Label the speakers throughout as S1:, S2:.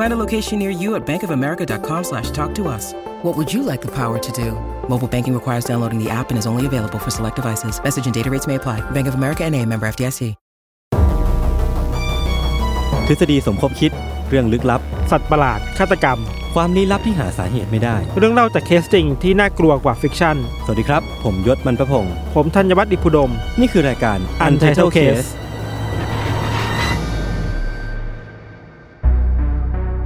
S1: Find a location near you at bankofamerica.com slash talk to us. What would you like the power to do? Mobile banking requires downloading the app and is only available for select devices. Message and data rates may apply. Bank of America and a member FDIC.
S2: ทฤษฎีสมคบคิด เรื่องลึกลับ
S3: สัตว์ประหลาด ฆาตกรรม
S2: ความลี้ลับที่หาสาเหตุไม่ได้
S3: เรื่องเล่าจากเคสจริงที่น่ากลัวกว่าฟิกชั่น
S2: สวัสดีครับ ผมยศมันประพงศ์
S3: ผมธัญวัฒน์อิพุดม
S2: นี่คือรายการ Untitled Case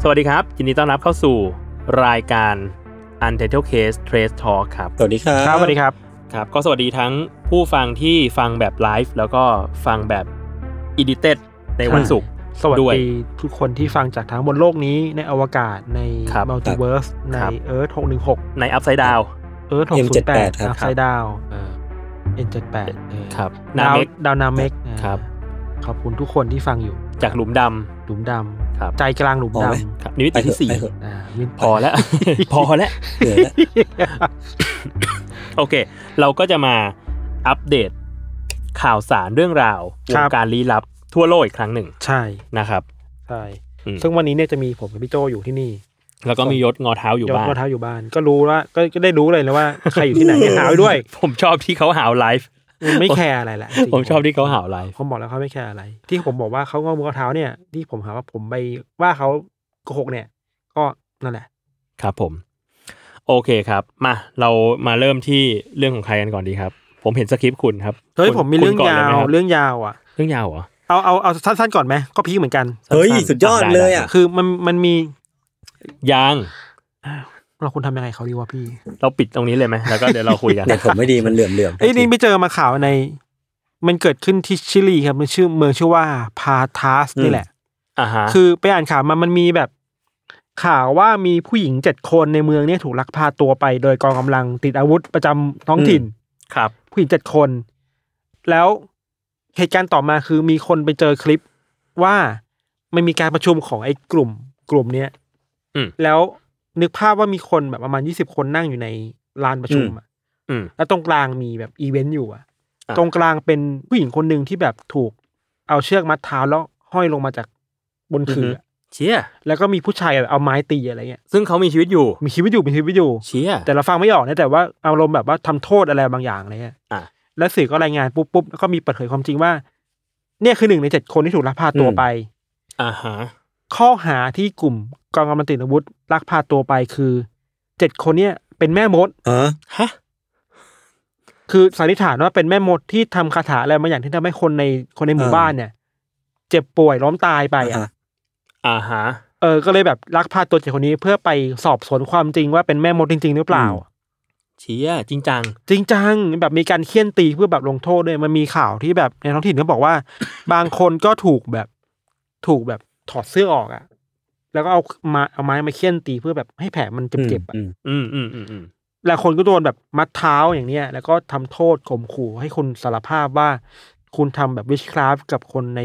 S4: สวัสดีครับ ยินดีต้อนรับเข้าสู่รายการ Untitled Case Trace Talk ครับ
S2: สวัสดีครับ
S3: ครับสวัสดีครับ
S4: ครับ ก็สวัสดีทั้งผู้ฟังที่ฟังแบบไลฟ์แล้วก็ฟังแบบ Edited ในวันศุกร์
S3: สวัส
S4: ด้วย
S3: ดีทุกคนที่ฟังจากทั้งบนโลกนี้ในอวกาศใน
S4: ครับ
S3: มัลติเวิร์สในเอิร์ธหกหนึ่งหก
S4: ใน Upside Down
S3: เอิร์ธหกศูนย์แปด
S2: M78 ครับ
S3: อัพไซด์ดาวเอ็นเจ็ดแปด
S4: ครับ
S3: ดาว
S4: Namek
S3: ดาวนาเมก
S4: ครับ
S3: ขอบคุณทุกคนที่ฟังอยู่
S4: จากหลุมด
S3: หลุมด
S4: ครับ
S3: ำใจกลางหลุม
S2: พอ
S3: ด
S2: ไหม
S4: ำครับนิมิติที่สี่
S2: ไปเถอะ
S3: ำอ่าวิน
S4: พอแล้ว พอแล้ว
S2: เหนื่อยแล้ว
S4: โอเค เราก็จะมาอัปเดตข่าวสารเรื่องราวว
S3: ครั
S4: ง
S3: บ
S4: การลี้ลับทั่วโลกอีกครั้งหนึ่ง
S3: ใช่
S4: นะครับ
S3: ใช่
S4: อืม
S3: ซึ่งวันนี้เนี่ยจะมีผมกับพี่โจอยู่ที่นี่
S4: แล้วก็มียศงอเท้าอยู่
S3: ยก
S4: บ้าน
S3: รองเท้าอยู่บ้าน ก็รู้ว่าก็ก็ได้รู้เลยนะ ว่าใครอยู่ที่ไหนเนี่ยหาไว้ด้วย
S4: ผมชอบที่เขาหาวไลฟ์
S3: ไม่แคร์อะไรแหละ จริงๆ
S4: ผมชอบที่เขาหาวไลฟ์
S3: ผมบอกแล้วเขาไม่แคร์อะไร ที่ผมบอกว่าเขางอมือเขาเท้าเนี่ยที่ผมหาว่าผมไปว่าเขาโกหกเนี่ย ก็นั่นแหละ
S4: ครับผม โอเคครับ มาเรามาเริ่มที่เรื่องของใครกันก่อนดีครับ ผมเห็นสคริปต์คุณครับ
S3: เฮ้ย
S4: คุณ
S3: ผมมีเรื่อง
S4: คุณก่น
S3: ยา
S4: ลไห
S3: ว
S4: ครับ
S3: เรื่องยาวอ่ะ
S4: เรื่องยาวเหรอ
S3: เอาเอาเอาสั้นๆก่อนไหมก็ พีคเหมือนกัน
S2: เฮ้ย
S4: นๆ
S2: สุดยอดเลยอะ
S3: คือมันมันมี
S4: ยาง
S3: เราคุณทำยังไงเขาดีวะพี่
S4: เราปิดตรงนี้เลยไหมแล้วก็เดี๋ยวเราคุยกัน
S2: เด็กผมไม่ดีมันเหลื่อมเหลื่อม
S3: ไอ้ยนี่ไปเจอมาข่าวใน มันเกิดขึ้นที่ชิลีครับมันชื่อเมืองชื่อว่าพาทาสนี่แหละ
S4: อ่าฮะ
S3: คือไปอ่านข่าวมามันมีแบบข่าวว่ามีผู้หญิงเจ็ดคนในเมืองเนี่ยถูกลักพาตัวไป โดยกองกำลังติดอาวุธประจำท้องถิ่น
S4: ครับ
S3: ผู้หญิงเจ็ดคน แล้วเหตุการณ์ต่อมาคือมีคนไปเจอคลิปว่ามันมีการประชุมของไอ้กลุ่ม กลุ่มเนี้ย
S4: อืม
S3: แล้วนึกภาพว่ามีคนแบบประมาณยี่สิบคนนั่งอยู่ในลานประชุมอะ
S4: อืม
S3: แล้วตรงกลางมีแบบอีเวนต์อยู่อะ
S4: อ่ะ
S3: ตรงกลางเป็นผู้หญิงคนหนึ่งที่แบบถูกเอาเชือกมัดเท้าแล้วห้อยลงมาจากบนขื่ออะ
S4: เชีย
S3: แล้วก็มีผู้ชายแบบเอาไม้ตีอะไรเงี้ย
S4: ซึ่งเขามีชีวิตอยู่
S3: มีชีวิตอยู่มีชีวิตอยู่
S4: เชีย
S3: แต่เราฟังไม่ออกนะแต่ว่าอารมณ์แบบว่าทำโทษอะไรบางอย่างอะไรเงี้ย
S4: อ่ะ
S3: แล้วสื่อก็รายงานปุ๊บปุ๊บแล้วก็มีเปิดเผยความจริงว่า เนี่ยคือหนึ่งในเจ็ดคนที่ถูกลักพาตัวไป
S4: อ่าฮะ
S3: ข้อหาที่กลุ่มกองกำลังติดอาวุธลักพาตัวไปคือเจ็ดคนเนี่ยเป็นแม่มด
S2: ฮะ
S4: ฮะ
S3: คือสันนิษฐานว่าเป็นแม่มดที่ทำคาถาอะไรบางอย่างที่ทำให้คนในคนในหมู่บ้านเนี่ย เจ็บป่วยล้มตายไปอ่ะ
S2: อ่ะ
S4: อ่าฮะ
S3: เออก็เลยแบบลักพาตัวเจ็ดคนนี้เพื่อไปสอบสวนความจริงว่าเป็นแม่มดจริง ๆ หรือเปล่า
S4: เชียจริงจัง
S3: จริงจังแบบมีการเคี่ยนตีเพื่อแบบลงโทษด้วยมันมีข่าวที่แบบในท้องถิ่นก็บอกว่า บางคนก็ถูกแบบถูกแบบถอดเสื้อออกอ่ะ แล้วก็เอามาเอาไม้มาเคี่ยนตีเพื่อแบบให้แผลมันเจ็บๆอ่ะ
S2: อืม
S4: อืมอืมอืมอืม
S3: แล้วคนก็โดนแบบมัดเท้าอย่างเนี้ย แล้วก็ทำโทษข่มขู่ให้คุณสารภาพว่า คุณทำแบบวิชคราฟกับคนใน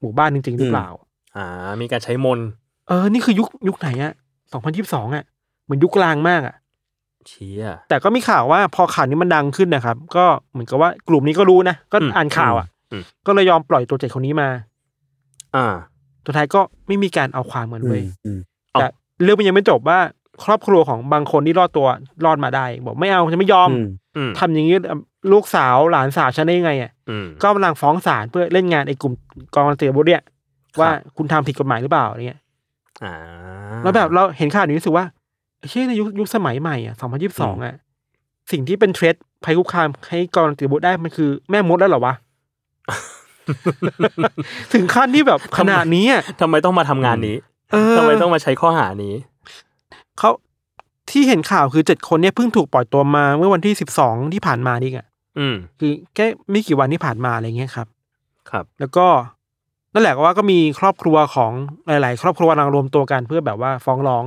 S3: หมู่บ้านจริงๆหรือเปล่า
S4: อ่า มีการใช้มนต์
S3: เออนี่คือยุคยุคไหนอ่ะสองพันยี่สิบสองอ่ะเหมือนยุคกลางมากอ่ะ
S4: เชีย
S3: แต่ก็มีข่าวว่าพอข่าวนี้มันดังขึ้นนะครับ ก็เหมือนกับว่ากลุ่มนี้ก็รู้นะ ก็
S4: อืม
S3: อ่านข่าวอ่ะ
S4: อืม
S3: ก็เลยยอมปล่อยตัวเจ็ดคนนี้มา
S4: อ่า
S3: สุดท้ายก็ไม่มีการเอาความกัน
S2: อื
S3: เว้
S2: ม
S3: ย
S2: อืม
S4: เอา
S3: แต่เรื่องมันยังไม่จบว่า ครอบครัวของบางคนที่รอดตัวรอดมาได้ บอกไม่เอาฉันไม่ยอม
S2: อืม
S4: อืม
S3: ทำอย่างนี้ลูกสาวหลานสาวฉันได้ยังไงอ่ะ
S4: อืม
S3: ก็กำลังฟ้องศาลเพื่อเล่นงานไอ้กลุ่มกองกำลังติดอาวุธเนี่ย
S4: ครับ
S3: ว่าคุณทำผิดกฎหมายหรือเปล่าอะไรเงี้ย
S4: อ่า
S3: แล้วแบบเราเห็นข่าวนี้รู้สึกว่าเชื่อในยุคยุคสมัยใหม่อ่ะสองพันยี่สิบสองอ่ะ สิ่งที่เป็นเทรดภัยคุกคามให้กรติบุตรได้มันคือแม่มดแล้วเหรอวะ ถึงขั้นที่แบบขนาดนี้อะ
S4: ทำไมต้องมาทำงานนี้
S3: เออ
S4: ทำไมต้องมาใช้ข้อหานี้
S3: เขาที่เห็นข่าวคือเจ็ดคนเนี่ยเพิ่งถูกปล่อยตัวมาเมื่อวันที่สิบสองที่ผ่านมานี่ไง
S4: อืม
S3: คือแค่ไม่กี่วันที่ผ่านมาอะไรเงี้ยครับ
S4: ครับ
S3: แล้วก็นั่นแหละก็ว่าก็มีครอบครัวของหลาย ๆ ครอบครัวกำลังรวมตัวกันเพื่อแบบว่าฟ้องร้อง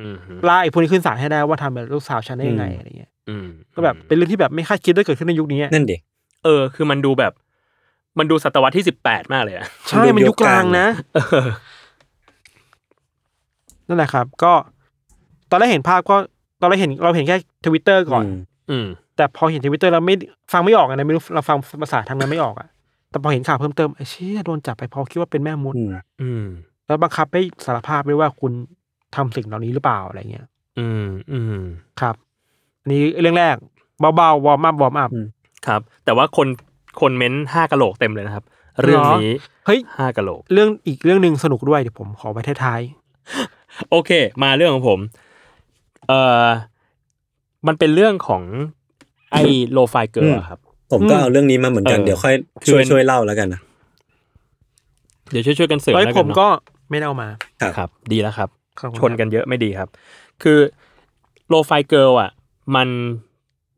S4: อืม
S3: ไล่ไอ้พวกนี้ขึ้นศาลให้ได้ว่าทำแบบลูกสาวฉันได้ยังไงอะไรเงี้ย
S4: อืม
S3: ก็แบบเป็นเรื่องที่แบบไม่คาดคิดได้เกิดขึ้นในยุคนี้อะ
S2: นั่นดิ
S4: เออ คือมันดูแบบ มันดูศตวรรษที่สิบแปดมากเลยอะ
S3: ใช่ มันยุคกลางนะ
S4: เออ
S3: นั่นแหละครับ ก็ตอนแรกเห็นภาพก็ตอนแรกเห็นเราเห็นแค่ทวิตเตอร์ก่อน
S2: ม
S4: อืม
S3: แต่พอเห็นทวิตเตอร์เราไม่ฟังไม่ออกอะนะไม่รู้เราฟังภาษาทางนั้นไม่ออกอะแต่พอเห็นข่าวเพิ่มเติมไอ้เชี่ยโดนจับไปเพราะคิดว่าเป็นแม่มด
S2: อืม
S4: อืม
S3: แล้วบังคับให้สารภาพด้วยว่าคุณทำสิ่งเหล่านี้หรือเปล่าอะไรเงี้ย
S4: อืม อืม
S3: ครับอันนี้เรื่องแรกเบาๆวอร์มอัพวอร์มอัพ
S4: ครับ แต่ว่าคนคนเม้นห้ากะโหลกเต็มเลยนะครับ เรื่องนี้
S3: เฮ้ย
S4: ห้ากะโหลก
S3: เรื่องอีกเรื่องหนึ่งสนุกด้วยเดี๋ยวผมขอไว้ท้าย
S4: โอเค มาเรื่องของผม เอ่อ มันเป็นเรื่องของไอ้ โลไฟเกิร์ครับ
S2: ผมก็เอาเรื่องนี้มาเหมือนกัน
S4: เออ
S2: เดี๋ยวค่อย
S4: คือ
S2: ช่วย
S4: เป็น
S2: ช่วยเล่าแล้วกันนะ
S4: เดี๋ยวช่วยๆกันเสริ
S3: ๆ
S4: ม
S3: เฮ้ย
S4: แล้ว
S3: ผ
S4: กัน
S3: ม
S4: เนอะ
S3: ก็ไม่ได้เอามา
S2: ครับ
S4: ครับ ดีแล้วครับ
S3: ขอบคุณค
S4: ช
S3: รับ
S4: นกันเยอะไม่ดีครับ คือโลไฟเกิลอ่ะ มัน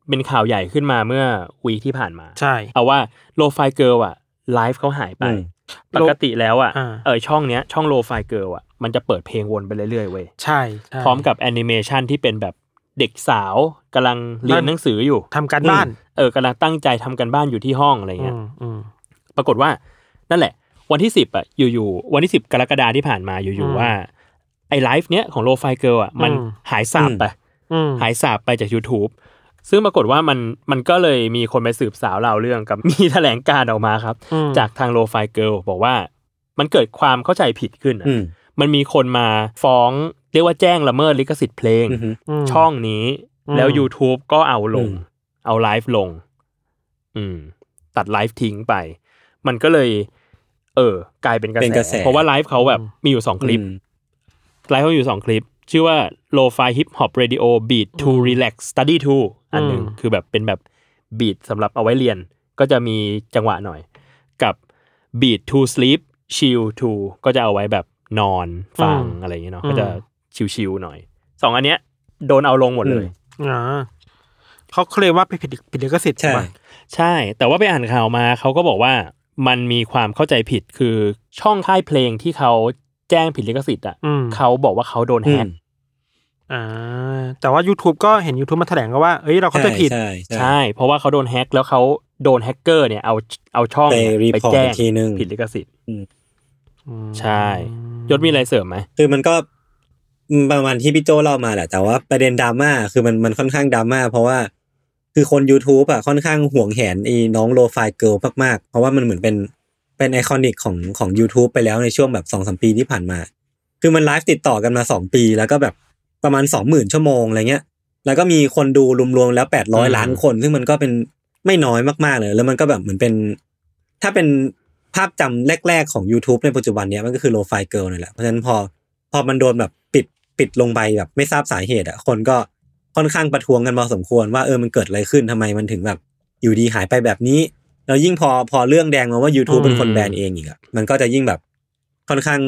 S4: เป็นข่าวใหญ่ขึ้นมาเมื่อวีคที่ผ่านมา
S3: ใช่
S4: เอาว่าโลไฟเกิลอ่ะไลฟ์เขาหายไป
S2: อืม
S4: ปกติแล้วอ่ะ
S3: อ่า
S4: เออช่องเนี้ย ช่องโลไฟเกิลอ่ะ มันจะเปิดเพลงวนไปเรื่อยๆเว้ย
S3: ใช่ใช่
S4: พร้อมกับแอนิเมชันที่เป็นแบบเด็กสาวกำลังเรียนหนังสืออยู่
S3: ทำการบ้าน
S4: เออกำลังตั้งใจทำกันบ้านอยู่ที่ห้องอะไร
S3: อื
S4: เงี้ย
S3: มอืม
S4: ปรากฏว่านั่นแหละ วันที่สิบอ่ะอยู่ๆวันที่สิบกรกฎาที่ผ่านมาอยู่ๆว่า ไอ้ไลฟ์เนี้ยของโลไฟเกิลอ่ะมัน
S3: อืม
S4: หายสาบไป
S3: อืม
S4: หายสาบไปจาก YouTube ซึ่งปรากฏว่ามันมันก็เลยมีคนไปสืบสาวราวเรื่องกับ มีแถลงการณ์ออกมาครับ
S3: อืม
S4: จากทางโลไฟเกิลบอกว่ามันเกิดความเข้าใจผิดขึ้นอะ
S2: อืม
S4: มันมีคนมาฟ้องเรียกว่าแจ้งละเมิดลิขสิทธิ์เพลง
S2: อืม
S3: ม
S4: ช่องนี้
S3: อืม
S4: แล้ว YouTube ก็เอาลง
S2: อืม
S4: เอาไลฟ์ลง อืม ตัดไลฟ์ทิ้งไป มันก็เลย เออ กลายเป็นกระ
S2: เป็นกระ
S4: แส
S2: แส
S4: เพราะว่าไลฟ์เขาแบบมีอยู่สองคลิป
S2: อืม
S4: ไลฟ์เขาอยู่สองคลิป ชื่อว่า Lo-Fi Hip Hop Radio Beat to Relax Study to อันหนึ่ง
S3: อืม
S4: คือแบบเป็นแบบบีทสำหรับเอาไว้เรียน ก็จะมีจังหวะหน่อย กับ Beat to Sleep Chill to ก็จะเอาไว้แบบนอนฟังอะไรอย่างเงี้ยเนาะก็จะชิลๆหน่อยสองอันเนี้ยโดนเอาลงหมดเลย
S2: อืม
S3: อ่าเขาเคลมว่าไปผิดผิดลิขสิทธิ์
S2: ใช่
S3: ใช่ไหม
S4: ใช่ แต่ว่าไปอ่านข่าวมาเขาก็บอกว่ามันมีความเข้าใจผิดคือช่องค่ายเพลงที่เขาแจ้งผิดลิขสิทธิ์อ่ะ
S3: อืม
S4: เขาบอกว่าเขาโดน
S2: อื
S4: แฮ
S2: ม
S4: ก
S3: อ่า แต่ว่า YouTube ก็เห็น YouTube มาแถลงก็ว่า เอ้ย เราเข้าใจผิด
S2: ใช่ใช่
S4: ใช่ เพราะว่าเขาโดนแฮกแล้วเขาโดนแฮกเกอร์เนี่ยเอาเอาช่องเนี่ย
S2: ไปรีพอร์ต
S4: แจ้ง
S2: อีกทีนึง
S4: ผิดลิขสิทธิ์
S3: อืม
S4: ใช่ยศมีอะไรเสริมไหม
S2: คือมันก็ประมาณที่พี่โจเล่ามาแหละ แต่ว่าประเด็นดราม่าคือมันมันค่อนข้างดราม่าเพราะว่า คือคน YouTube อ่ะค่อนข้างห่วงแหนไอ้น้องโลไฟเกิลมากๆ เพราะว่ามันเหมือนเป็นเป็นไอคอนิกของของ YouTube ไปแล้วในช่วงแบบสองสมปีที่ผ่านมา คือมันไลฟ์ติดต่อกันมาสองปี แล้วก็แบบประมาณสองหมื่นชั่วโมงอะไรเงี้ย แล้วก็มีคนดูรวมๆแล้วแปดร้อยล้านคน ซึ่งมันก็เป็นไม่น้อยมากๆเลย แล้วมันก็แบบเหมือนเป็น ถ้าเป็นภาพจำแรก ๆ ของ YouTube ในปัจจุบันเนี้ยมันก็คือโลไฟเกิลนี่นแหละเพราะฉะนั้นพอพอมันโดนแบบปิดปิดลงไปแบบไม่ทราบสาเหตุอ่ะคนก็ค่อนข้างประท้วงกันพอสมควรว่าเออมันเกิดอะไรขึ้นทำไมมันถึงแบบอยู่ดีหายไปแบบนี้ แล้วยิ่งพอพอเรื่องแดงมาว่า YouTube เป็นคนแบนเองอีกอ่ะมันก็จะยิ่งแบบค่อนข้าง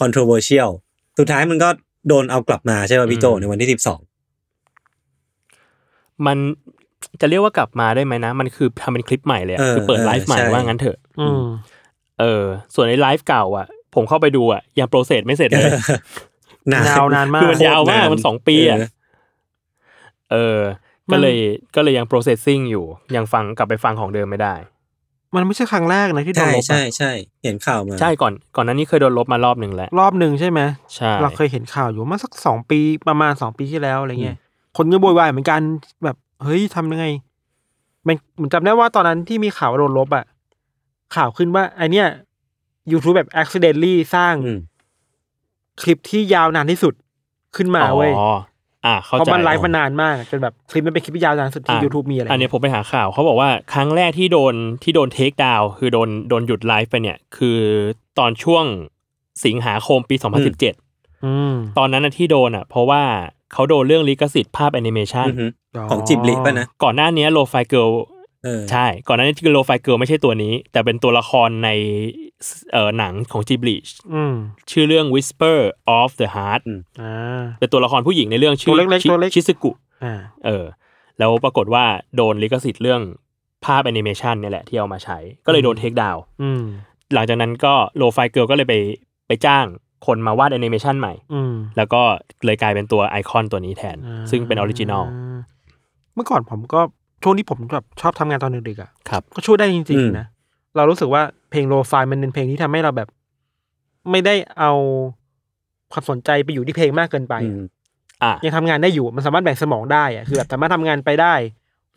S2: controversial สุดท้ายมันก็โดนเอากลับมาใช่ป่ะพี่โจในวันที่สิบสอง
S4: มันจะเรียกว่ากลับมาได้ไหมนะ มันคือทำเป็นคลิปใหม่เลยอะ
S2: เออ
S4: คือเปิดไลฟ์ใหม่
S2: เออใช่
S4: ว่างั้นเถอะ
S3: อืม
S4: เออ ส่วนในไลฟ์เก่า อ่ะ ผมเข้าไปดูอ่ะยังโปรเซสไม่เสร็จเลย
S2: นาน
S3: ยาวนานมาก
S4: คือมันยาวมา
S2: โคตรนา
S4: ก
S2: น
S4: มันสองปีอ่ะ
S2: เออ
S4: เออ
S3: มั
S4: ก็
S3: น
S4: เลยก็เลยยัง processing อยู่ ยังฟังกลับไปฟังของเดิมไม่ได้
S3: มันไม่ใช่ครั้งแรกนะที่โดน
S2: ใช่
S3: ลบอะ
S2: ใช่ใช่เห็นข่าวมา
S4: ใช่ก่อนก่อนหนั้นนี่เคยโดนลบมารอบหนึ่งแล้ว
S3: รอบหนึ่งใช่ไหม
S4: ใช่
S3: เราเคยเห็นข่าวอยู่เมาสักสองปีประมาณสองปีที่แล้วอะไรเงี้ย คนก็บวยวายเหมือนกันแบบเฮ้ยทำยังไง มันเหมือนจำได้ว่าตอนนั้นที่มีข่าวว่าโดนลบอ่ะข่าวขึ้นว่าไอเนี้ย YouTube แบบ accidentally สร้าง
S2: อืม
S3: คลิปที่ยาวนานที่สุดขึ้นมาเว้ย
S4: อ๋ออ่ะเข้า
S3: เพ
S4: ใจ
S3: ราะมันไลฟ์มานานมากจนแบบคลิปมันเป็นคลิปที่ยาวนานสุดที่
S4: ะ
S3: YouTube มีอะไร
S4: อันนี้ผมไปหาข่าวเขาบอกว่าครั้งแรกที่โดนที่โดนเทคดาวคือโดนโดนหยุดไลฟ์ไปเนี่ย คือตอนช่วงสิงหาคมปี 2017
S3: อืม
S4: ตอนนั้นนะที่โดนอ่ะ เพราะว่า เขาโดนเรื่องลิขสิทธิ์ภาพแอนิเมชัน
S2: อือหือของจิบลิป่ะนะ
S4: ก่อนหน้าเนี้โลไฟเกิล
S2: เออ
S4: ใช่ ก่อนหน้านี้โลไฟเกิลไม่ใช่ตัวนี้ แต่เป็นตัวละครในเอ่อหนังของจิบลิ
S3: อืม
S4: ชื่อเรื่อง Whisper of the Heart
S3: อ่า
S4: เป็นตัวละครผู้หญิงในเรื่องชื่
S3: ตั
S4: อ
S3: วเล็กๆ
S4: ชิ
S3: ตัวเล็ก
S4: ชิซึกุ
S3: อ่า
S4: เออแล้วปรากฏว่าโดนลิขสิทธิ์เรื่องภาพแอนิเมชันเนี่ยแหละที่เอามาใช้ ก็เลยโดน
S3: อืม
S4: เทคดาว
S3: อืม
S4: หลังจากนั้นก็โลไฟเกิลก็เลยไปไปจ้างคนมาวาดแอนิเมชันใหม่
S3: อืม
S4: แล้วก็เลยกลายเป็นตัวไอคอนตัวนี้แทน
S3: อ่า
S4: ซึ่งเป็นออริจินอล
S3: เมื่อก่อนผมก็ช่วงที่ผมแบบชอบทำงานตอนเด็กๆอ่ะ
S4: ครับ
S3: ก็ช่วยได้จริงๆนะ เรารู้สึกว่าเพลงโลฟายมันเป็นเพลงที่ทำให้เราแบบ ไม่ได้เอาความสนใจไปอยู่ที่เพลงมากเกินไป
S2: อืม
S4: อ่ะ
S3: ยังทำงานได้อยู่มันสามารถแบ่งสมองได้อ่ะคือแบบสามารถทำงานไปได้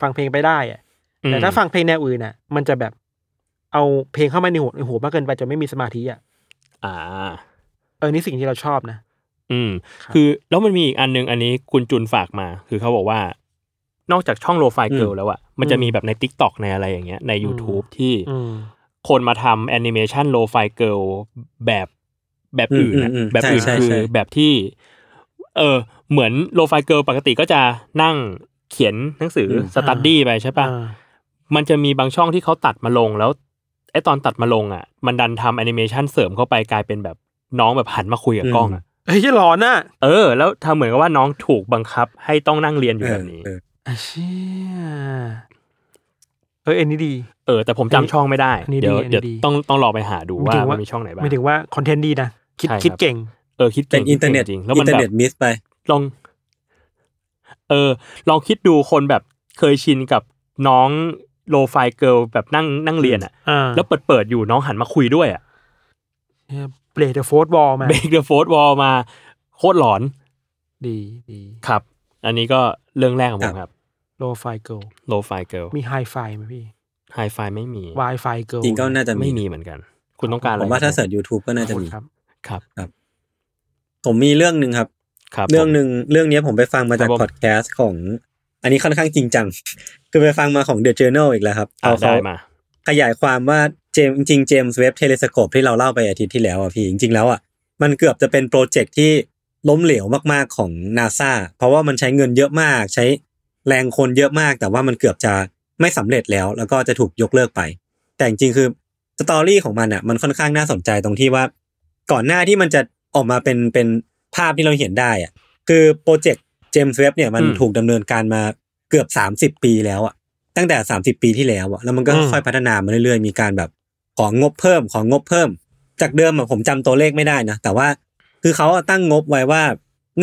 S3: ฟังเพลงไปได้อ่ะแต่ถ้าฟังเพลงแนวอื่นน่ะ มันจะแบบเอาเพลงเข้ามาในหัวในหัวมากเกินไปจนไม่มีสมาธิอ่ะ
S4: อ่า
S3: เออนี่สิ่งที่เราชอบนะ
S4: อืม
S3: ครับ
S4: คือแล้วมันมีอีกอันหนึงอันนี้คุณจุนฝากมา คือเขาบอกว่า นอกจากช่องโลไฟเกิล
S2: อืม
S4: แล้วอะมันจะมีแบบใน t ิ k t o k ในอะไรอย่างเงี้ยใน YouTube ที่
S3: อืม
S4: คนมาทำแอนิเมชันโลไฟเกิลแบบแบบอื่นนะ
S2: อืมอืมอืม
S4: แบบอื่น
S2: ใช่ใช่
S4: คือ
S2: ใช่
S4: แบบที่ เออเหมือนโลไฟเกิลปกติก็จะนั่งเขียนหนังสืออสตัดดี้ไปใช่ปะ
S3: อ่า
S4: มันจะมีบางช่องที่เขาตัดมาลงแล้วไอตอนตัดมาลงอ่ะ มันดันทำแอนิเมชันเสริมเข้าไปกลายเป็นแบบน้องแบบหันมาคุยกับกล้องอะ
S3: เฮ้ยหลอนอ่ะ
S4: เออ แล้วทำเหมือนกับว่าน้องถูกบังคับ ให้ต้องนั่งเรียนอยู่แบบนี้
S2: เออ
S3: ไอ้เชี่ยเอ้ยอันนี้ดี
S4: เออแต่ผมจำช่องไม่ได้
S3: อันนี้ดีอันนี้
S4: เดี๋ยวเดี๋ยว
S3: ดี
S4: ต้องต้องลองไปหาดูว่า
S3: หยถึ
S4: มันมีช่องไหนบ้าง
S3: หมายถึงว่าคอนเทนต์ดีนะคิด
S4: ใช่ครับ
S3: คิดเก่ง
S4: เออคิด
S2: เป็
S4: ก่
S2: น
S4: ง
S2: อินเทอร์เน็ต
S4: จริงๆแล้ว
S2: อิ
S4: มัน น
S2: เทอร์
S4: แบบ
S2: เน็ตมิสไป
S4: ลอง เออ ลองคิดดูคนแบบเคยชินกับน้องโลไฟเกิลแบบนั่งนั่งเรียนอ่ะ
S3: อ่า
S4: แล้วเปิดเปิดๆอยู่น้องหันมาคุยด้วยอ่ะ
S3: เบรดเดอะโฟร์บอลมา
S4: เบรกเดอะโฟร์วอลมาโคตรหลอน
S3: ดีดี
S4: ครับ อันนี้ก็เรื่องแรกของผมครับ
S3: โลไฟเกิล
S4: โลไฟเกิล
S3: มีไฮไฟไหมพี่
S4: ไฮไฟไม่มี
S3: วายไฟเกิล
S2: จริงก็น่าจะมี
S4: ไม่มีเหมือนกัน คุณต้องการอะ
S2: ผ
S4: ไร
S2: มว่าถ้าเสิร์ช YouTube ก็น่าจะมี
S3: ครับ
S4: ครับ
S2: ผมมีเรื่องหนึ่งครับ
S4: ครับ
S2: เรื่องหนึ่งเรื่องเนี้ยผมไปฟังมาจาก
S4: ครับผม
S2: พอดแคสต์ของ อันนี้ค่อนข้างจริง จัง คือไปฟังมาของ The Journal อีกแล้วครับ
S4: อ่ะ
S2: เอาเขา
S4: ได้มา
S2: ขยายความว่าเจมจริงๆเจมส์เว็บเทเลสโคปที่เราเล่าไปอาทิตย์ที่แล้วอ่ะพี่ จริง ๆ แล้วอ่ะมันเกือบจะเป็นโปรเจกต์ที่ล้มเหลวมากๆของนาซาเพราะว่ามันใช้เงินเยอะมาก ใช้แรงคนเยอะมาก แต่ว่ามันเกือบจะไม่สำเร็จแล้ว แล้วก็จะถูกยกเลิกไป แต่จริงๆคือสตอรี่ของมันอ่ะมันค่อนข้างน่าสนใจตรงที่ว่า ก่อนหน้าที่มันจะออกมาเป็นเป็นภาพที่เราเห็นได้อ่ะคือโปรเจกต์เจมส์เว็บเนี่ยมัน
S4: อืม
S2: ถูกดำเนินการมาเกือบ 30 ปีแล้วอ่ะตั้งแต่ 30 ปีที่แล้วอ่ะแล้วมันก็ค่อยๆพัฒนามาเรื่อยๆ มีการแบบของงบเพิ่มของงบเพิ่ม จากเดิมอ่ะผมจำตัวเลขไม่ได้นะแต่ว่าคือเขาอะตั้งงบไว้ว่า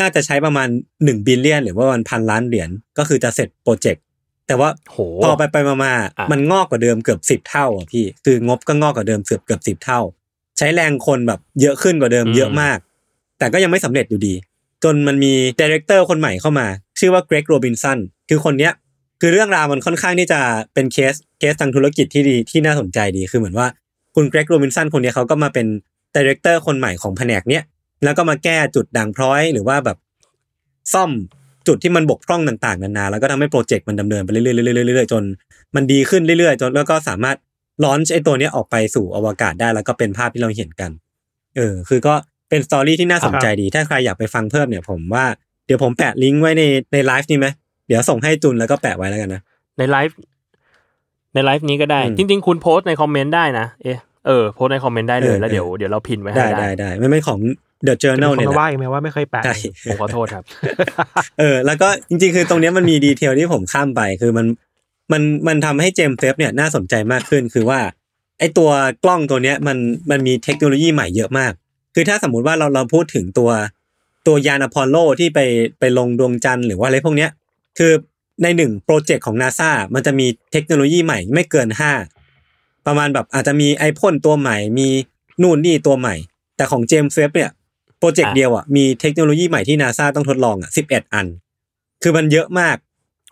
S2: น่าจะใช้ประมาณ1บิลเลียนหรือว่าประมาณพันล้านเหรียญก็คือจะเสร็จโปรเจกต์แต่ว่า
S4: โห
S2: พอไปไปมามา
S4: อ่ะ
S2: มันงอกกว่าเดิมเกือบสิบเท่าอ่ะพี่ คืองบก็งอกกว่าเดิมเกือบเกือบสิบเท่า ใช้แรงคนแบบเยอะขึ้นกว่าเดิมเยอะมาก แต่ก็ยังไม่สำเร็จอยู่ดี จนมันมีดีเรคเตอร์คนใหม่เข้ามา ชื่อว่าเกรกโรบินสันคือคนเนี้ย คือเรื่องราวมันค่อนข้างที่จะเป็นเคสเคสทางธุรกิจที่ดีที่น่าสนใจดีคือเหมือนว่าคุณเกรกโรบินสันคนเนี้ยเขาก็มาเป็นดีเรคเตอร์คนใหม่ของแผนกเนี้ยแล้วก็มาแก้จุดด่างพร้อยหรือว่าแบบซ่อมจุดที่มันบกพร่องต่างๆนานาแล้วก็ทำให้โปรเจกต์มันดำเนินไปเรื่อยๆเรื่อยๆเรื่อยๆจน มันดีขึ้นเรื่อยๆ จนแล้วก็สามารถลอนช์ไอตัวเนี้ยออกไปสู่อวกาศได้แล้วก็เป็นภาพที่เราเห็นกัน เออ คือก็เป็นสตอรี่ที่น่าสนใจดี ถ้าใครอยากไปฟังเพิ่มเนี่ยผมว่าเดี๋ยวผมแปะลิงก์ไว้ในในไลฟ์นี่ไหมเดี๋ยวส่งให้จุนแล้วก็แปะไว้แล้วกันนะ
S4: ในไลฟ์ในไลฟ์นี้ก็ได้
S2: อืม
S4: จริง ๆ คุณโพสต์ในคอมเมนต์ได้นะเอะเออโพสต์ในคอมเมนต์ได้เลย
S2: เออ
S4: แล้วเดี๋ยว
S2: เออ
S4: เดี๋ยวเราพินไว้ให้
S2: ได้
S4: ได้
S2: ได้ได้ไม่เป็นของ The
S3: จะมี
S2: Journal
S3: คน
S2: เนี่ย
S3: มา
S2: แห
S3: ว่า
S2: ละ
S3: อีกไหมว่าไม่เคยแปะ
S2: ใช่
S4: ผมขอโทษครับ
S2: เออแล้วก็จริงๆ คือตรงเนี้ยมันมีดีเทลที่ผมข้ามไปคือมันมันมันทำให้เจมส์เฟฟเนี่ยน่าสนใจมากขึ้นคือว่าไอตัวกล้องตัวเนี้ยมันมันมีเทคโนโลยีใหม่เยอะมาก คือถ้าสมมุติว่าเราเราพูดถึงตัวตัวยานอพอลโลที่ไปไปลงดวงจันทร์หรือว่าอะไรพวกเนี้ยคือในหนึ่งโปรเจกต์ของนาซามันจะมีเทคโนโลยีใหม่ไม่เกินห้าประมาณแบบอาจจะมีไอพ่นตัวใหม่มีนู่นนี่ตัวใหม่ แต่ของเจมส์เฟฟเนี่ยโปรเจกต์
S4: อ่ะ
S2: เดียวอ่ะมีเทคโนโลยีใหม่ที่นาซาต้องทดลองอ่ะสิบเอ็ดอัน คือมันเยอะมาก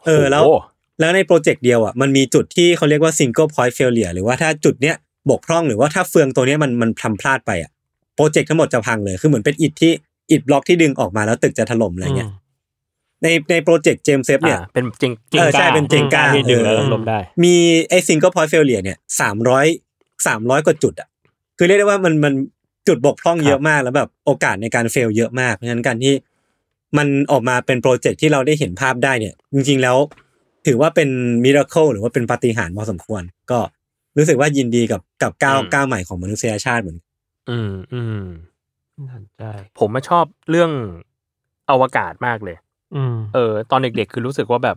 S2: เออ แล้ว
S4: โโห
S2: แล้วในโปรเจกต์เดียวอ่ะ มันมีจุดที่เขาเรียกว่า single point failure หรือว่าถ้าจุดเนี้ยบกพร่องหรือว่าถ้าเฟืองตัวเนี้ยมันมันทำพลาดไปอ่ะ โปรเจกต์ทั้งหมดจะพังเลย คือเหมือนเป็นอิฐที่อิฐบล็อกที่ดึงออกมาแล้วตึกจะถล่มอะไรเงี้ย ในในโปรเจกต์เจมส์เซฟเนี่ย
S4: อ่าเป็นเจงเจง
S2: เออก
S4: ล้า
S2: ใช่เป็นเจงกล้า
S4: ที่ดึง
S2: เออ
S4: แล้วล้มได้
S2: มีไอ้ single point failure เนี่ยสามร้อยสามร้อยกว่าจุดอ่ะ คือเรียกได้ว่ามันมันจุดบกพร่อง
S4: ครับ
S2: เยอะมากแล้วแบบโอกาสในการ fail เยอะมาก เพราะฉะนั้นการที่ มันออกมาเป็นโปรเจกต์ที่เราได้เห็นภาพได้เนี่ย จริงๆแล้ว ถือว่าเป็นมิราเคิลหรือว่าเป็นปาฏิหาริย์พอสมควร ก็รู้สึกว่ายินดีกับกับก้าว
S4: อืม
S2: ก้าวใหม่ของมนุษยชาติเหมือนกัน
S4: อืมอืม
S3: น่าสนใจ
S4: ผมมาชอบเรื่องอวกาศมากเลย
S3: อืม
S4: เออตอนเด็กๆ คือรู้สึกว่าแบบ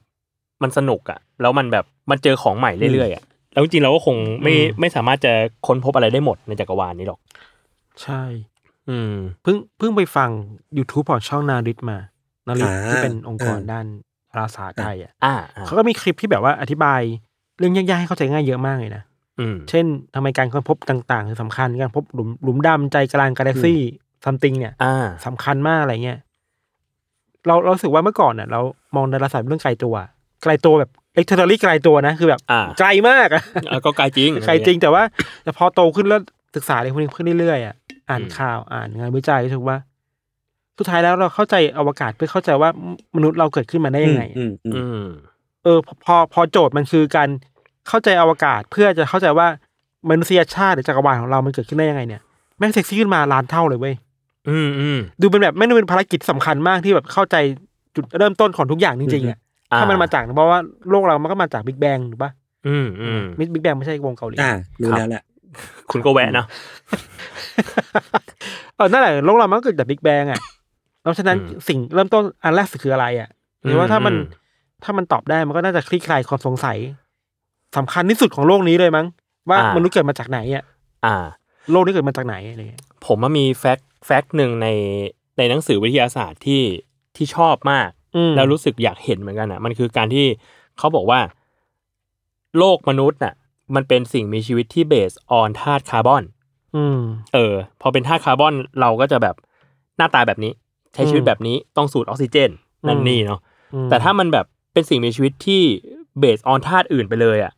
S4: มันสนุกอะแล้วมันแบบมันเจอของใหม่เรื่อยๆอะแล้วจริงๆเราก็คงไม่
S3: อืม
S4: ไม่สามารถจะค้นพบอะไรได้หมดในจักรวาลนี้หรอก
S3: ใช่
S4: อืม
S3: เพิ่งเพิ่งไปฟัง YouTube ของช่องนาริตมานาริต
S2: า
S3: ที่เป็นองค์กร
S2: อ่า
S3: ด้านอาสาไทยอ่ะ
S4: อ่าอ่า
S3: เขาก็มีคลิปที่แบบว่าอธิบายเรื่องยากๆให้เข้าใจง่ายเยอะมากเลยนะ
S4: อืม
S3: เช่นทำไมการค้นพบต่างๆคือสำคัญการพบหลุมหลุมดำใจกลางกาแล็กซี่ซัมติงเนี่ย
S4: อ่า
S3: สำคัญมากอะไรเงี้ยเราเรารู้สึกว่าเมื่อก่อนเนี่ยเรามองดาราศาสตร์เป็นเรื่องไกลตัวไกลตัวแบบเอ็กเทอร์ลี่ไกลตัวนะคือแบบ
S4: อ่า
S3: ไกลมากอะ
S4: อ่ะก็ไกลจริง
S3: ใครจริงแต่ว่าแต่พอโตขึ้นแล้วศึกษาอะไรพวกนี้ขึ้นเรื่อยๆอ่ะอ่าน
S4: อืม
S3: ข่าวอ่านงานวิจัยรู้สึกว่า สุดท้ายแล้วเราเข้าใจอวกาศเพื่อเข้าใจว่ามนุษย์เราเกิดขึ้นมาได้ยังไง
S2: อืมอืม
S4: อืม
S3: เออพอพอพอโจทย์มันคือการเข้าใจอวกาศเพื่อจะเข้าใจว่ามนุษยชาติหรือจักรวาลของเรามันเกิดขึ้นได้ยังไงเนี่ยแม่งเซ็กซี่ขึ้นมาล้านเท่าเลยเว้ย
S4: อืมอืม
S3: ดูเป็นแบบแม่งเป็นภารกิจสำคัญมากที่แบบเข้าใจจุดเริ่มต้นของทุกอย่างจริงๆอ่ะ
S4: อ่
S3: ถ้ามันมาจากเพราะว่าโลกเรามันก็มาจากบิ๊กแบงถูกปะ
S4: อืมอืม
S3: มิบิ๊กแบงไม่ใช่วงเกาหลี
S2: อ่ารู้แล้วแหละ
S4: คุณก็แวะเนอะ
S3: เออนั่นแหละโลกเรามันก็เกิดจากบิ๊กแบงอ่ะแล้วฉะนั้น
S4: อืม
S3: สิ่งเริ่มต้นอันแรกสุดคืออะไรอ่ะหรือว่า
S4: อืม
S3: ถ้ามัน
S4: อืม
S3: ถ้ามันตอบได้มันก็น่าจะคลี่คลายความสงสัยสำคัญที่สุดของโลกนี้เลยมั้ง ว่ามนุษย์เกิดมาจากไหนอ่ะ
S4: อ่า
S3: โลกนี้เกิดมาจากไหนอะไรเงี้ย
S4: ผมว่ามีแฟกต์แฟกต์หนึ่งในในหนังสือวิทยาศาสตร์ที่ที่ชอบมาก
S3: อืม
S4: แล้วรู้สึกอยากเห็นเหมือนกันอ่ะ มันคือการที่เขาบอกว่า โลกมนุษย์น่ะ มันเป็นสิ่งมีชีวิตที่เบสออนธาตุคาร์บอน
S3: อืม
S4: เออ พอเป็นธาตุคาร์บอนเราก็จะแบบหน้าตาแบบนี้ ใช้ชีวิตแบบนี้ต้องสูดออกซิเจน นั่น
S3: อืม
S4: นี่เนาะ
S3: อืม
S4: แต่ถ้ามันแบบเป็นสิ่งมีชีวิตที่เบสออนธาตุอื่นไปเลยอ่ะ